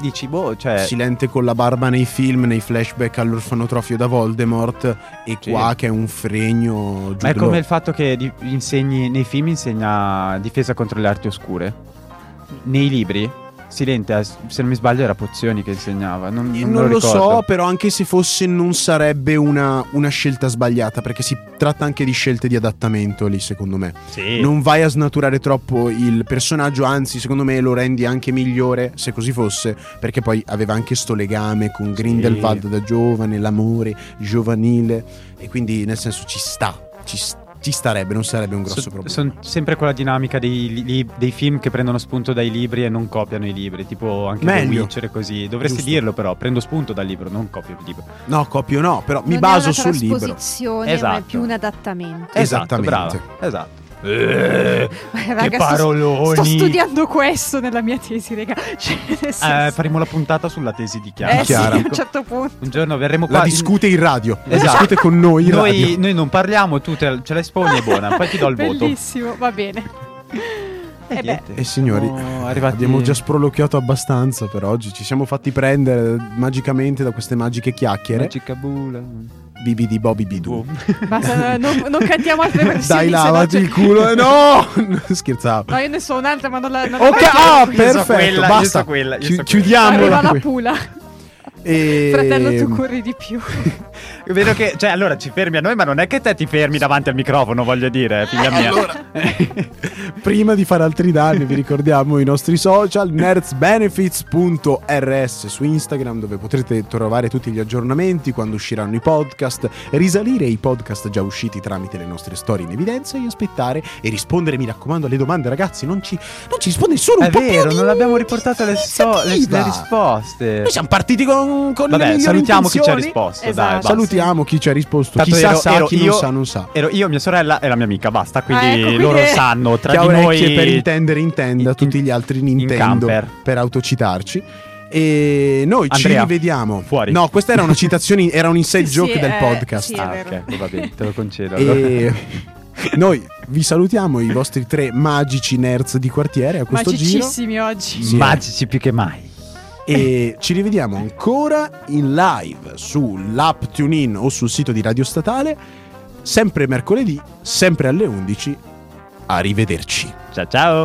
S1: dici, boh, cioè...
S3: Silente con la barba nei film, nei flashback all'orfanotrofio da Voldemort e
S1: Sì.
S3: qua che è un fregno
S1: Ma è
S3: giudolo.
S1: come il fatto che di- insegni, nei film insegna difesa contro le arti oscure. Nei libri, Silente, eh, se non mi sbaglio, era Pozioni che insegnava. Non,
S3: Eh,
S1: non,
S3: Non,
S1: me lo,
S3: lo,
S1: ricordo.
S3: so, però anche se fosse non sarebbe una, una scelta sbagliata, perché si tratta anche di scelte di adattamento lì, secondo me.
S1: Sì.
S3: Non vai a snaturare troppo il personaggio, anzi, secondo me lo rendi anche migliore, se così fosse, perché poi aveva anche sto legame con Grindelwald da giovane, l'amore giovanile, e quindi nel senso ci sta, ci, s- ci starebbe, non sarebbe un grosso problema.
S1: Sono sempre quella dinamica dei, li- li- dei film che prendono spunto dai libri e non copiano i libri, tipo anche The
S3: Meglio.
S1: Witcher e così. Dovresti
S3: Giusto.
S1: dirlo però, prendo spunto dal libro, non copio il libro.
S3: No, copio no, però mi
S2: Non è
S3: baso
S2: una
S3: sul libro.
S2: trasposizione, ma è
S1: Esatto.
S2: più un adattamento.
S1: Esatto,
S3: Esattamente.
S1: brava. Esatto.
S2: Eh, raga,
S1: che
S2: sto-
S1: paroloni.
S2: Sto studiando questo nella mia tesi, raga. Cioè, nel
S1: Eh,
S2: senso-
S1: faremo la puntata sulla tesi di Chiara.
S2: eh, sì,
S3: Chiara.
S2: a un certo punto.
S1: Un giorno verremo qua.
S3: La discute in radio, la
S1: Esatto.
S3: discute con noi in
S1: Noi,
S3: radio.
S1: noi non parliamo, tu te- ce la esponi e buona, poi ti do il voto.
S2: Bellissimo, va bene. Eh beh,
S1: niente,
S3: E signori,
S1: siamo Oh, arrivati-
S3: abbiamo già sproloquiato abbastanza per oggi. Ci siamo fatti prendere magicamente da queste magiche chiacchiere.
S1: Magica bula. Boh.
S3: Bibi eh? di Bobby Bidu.
S2: basta, non, non cantiamo altre versioni.
S3: Dai,
S2: se no
S3: lavati
S2: c'è-
S3: il culo. eh, No, scherzavo.
S2: No, io ne so un'altra, ma non la. Non la
S3: Ok, ah,
S1: Io so
S3: perfetto,
S1: quella, io
S3: basta.
S1: so quella, io
S3: Chi-
S1: so quella.
S2: Arriva
S3: chiudiamola.
S2: la
S3: qui. Ehm,
S2: pula.
S3: E-
S2: Fratello, tu corri di più.
S1: Vedo che, cioè, allora ci fermi a noi, ma non è che te ti fermi davanti al microfono, voglio dire, eh, figlia mia.
S3: Allora, prima di fare altri danni, vi ricordiamo i nostri social nerdsbenefits.rs su Instagram, dove potrete trovare tutti gli aggiornamenti quando usciranno i podcast, risalire i podcast già usciti tramite le nostre storie in evidenza e aspettare e rispondere, mi raccomando, alle domande, ragazzi. Non ci, non ci risponde solo un
S1: È
S3: po' più
S1: vero,
S3: di-
S1: non abbiamo
S3: di
S1: riportato le, sto- le-
S3: iniziativa.
S1: le risposte.
S3: Noi siamo partiti con, con le
S1: Vabbè,
S3: migliori
S1: salutiamo chi ci ha
S3: intenzioni.
S1: risposto.
S2: Esatto.
S1: Dai, basta.
S3: Salutiamo chi ci ha risposto.
S1: Tanto
S3: Chissà
S1: ero-
S3: sa,
S1: ero
S3: chi
S1: io-
S3: non sa, non sa.
S1: Ero io, mia sorella e la mia amica, basta. Quindi
S2: Ah, ecco, quindi
S1: loro
S2: è-
S1: sanno tra
S3: Chi ha
S1: di
S3: orecchie
S1: noi.
S3: per intendere intenda,
S1: in-
S3: tutti gli altri Nintendo
S1: camper.
S3: per autocitarci. E noi
S1: Andrea,
S3: ci rivediamo.
S1: fuori.
S3: No, questa era una citazione, era un inside
S2: Sì,
S3: joke del
S2: eh,
S3: podcast.
S2: sì, è
S1: Ah,
S2: vero.
S1: ok, va bene, te lo concedo. allora.
S3: E noi vi salutiamo, i vostri tre magici nerds di quartiere
S2: É,
S3: a questo giro.
S2: Magicissimi oggi.
S3: Sì, eh.
S1: Magici più che mai.
S3: E ci rivediamo ancora in live sull'app TuneIn o sul sito di Radio Statale, sempre mercoledì, sempre alle 11. Arrivederci.
S1: Ciao ciao.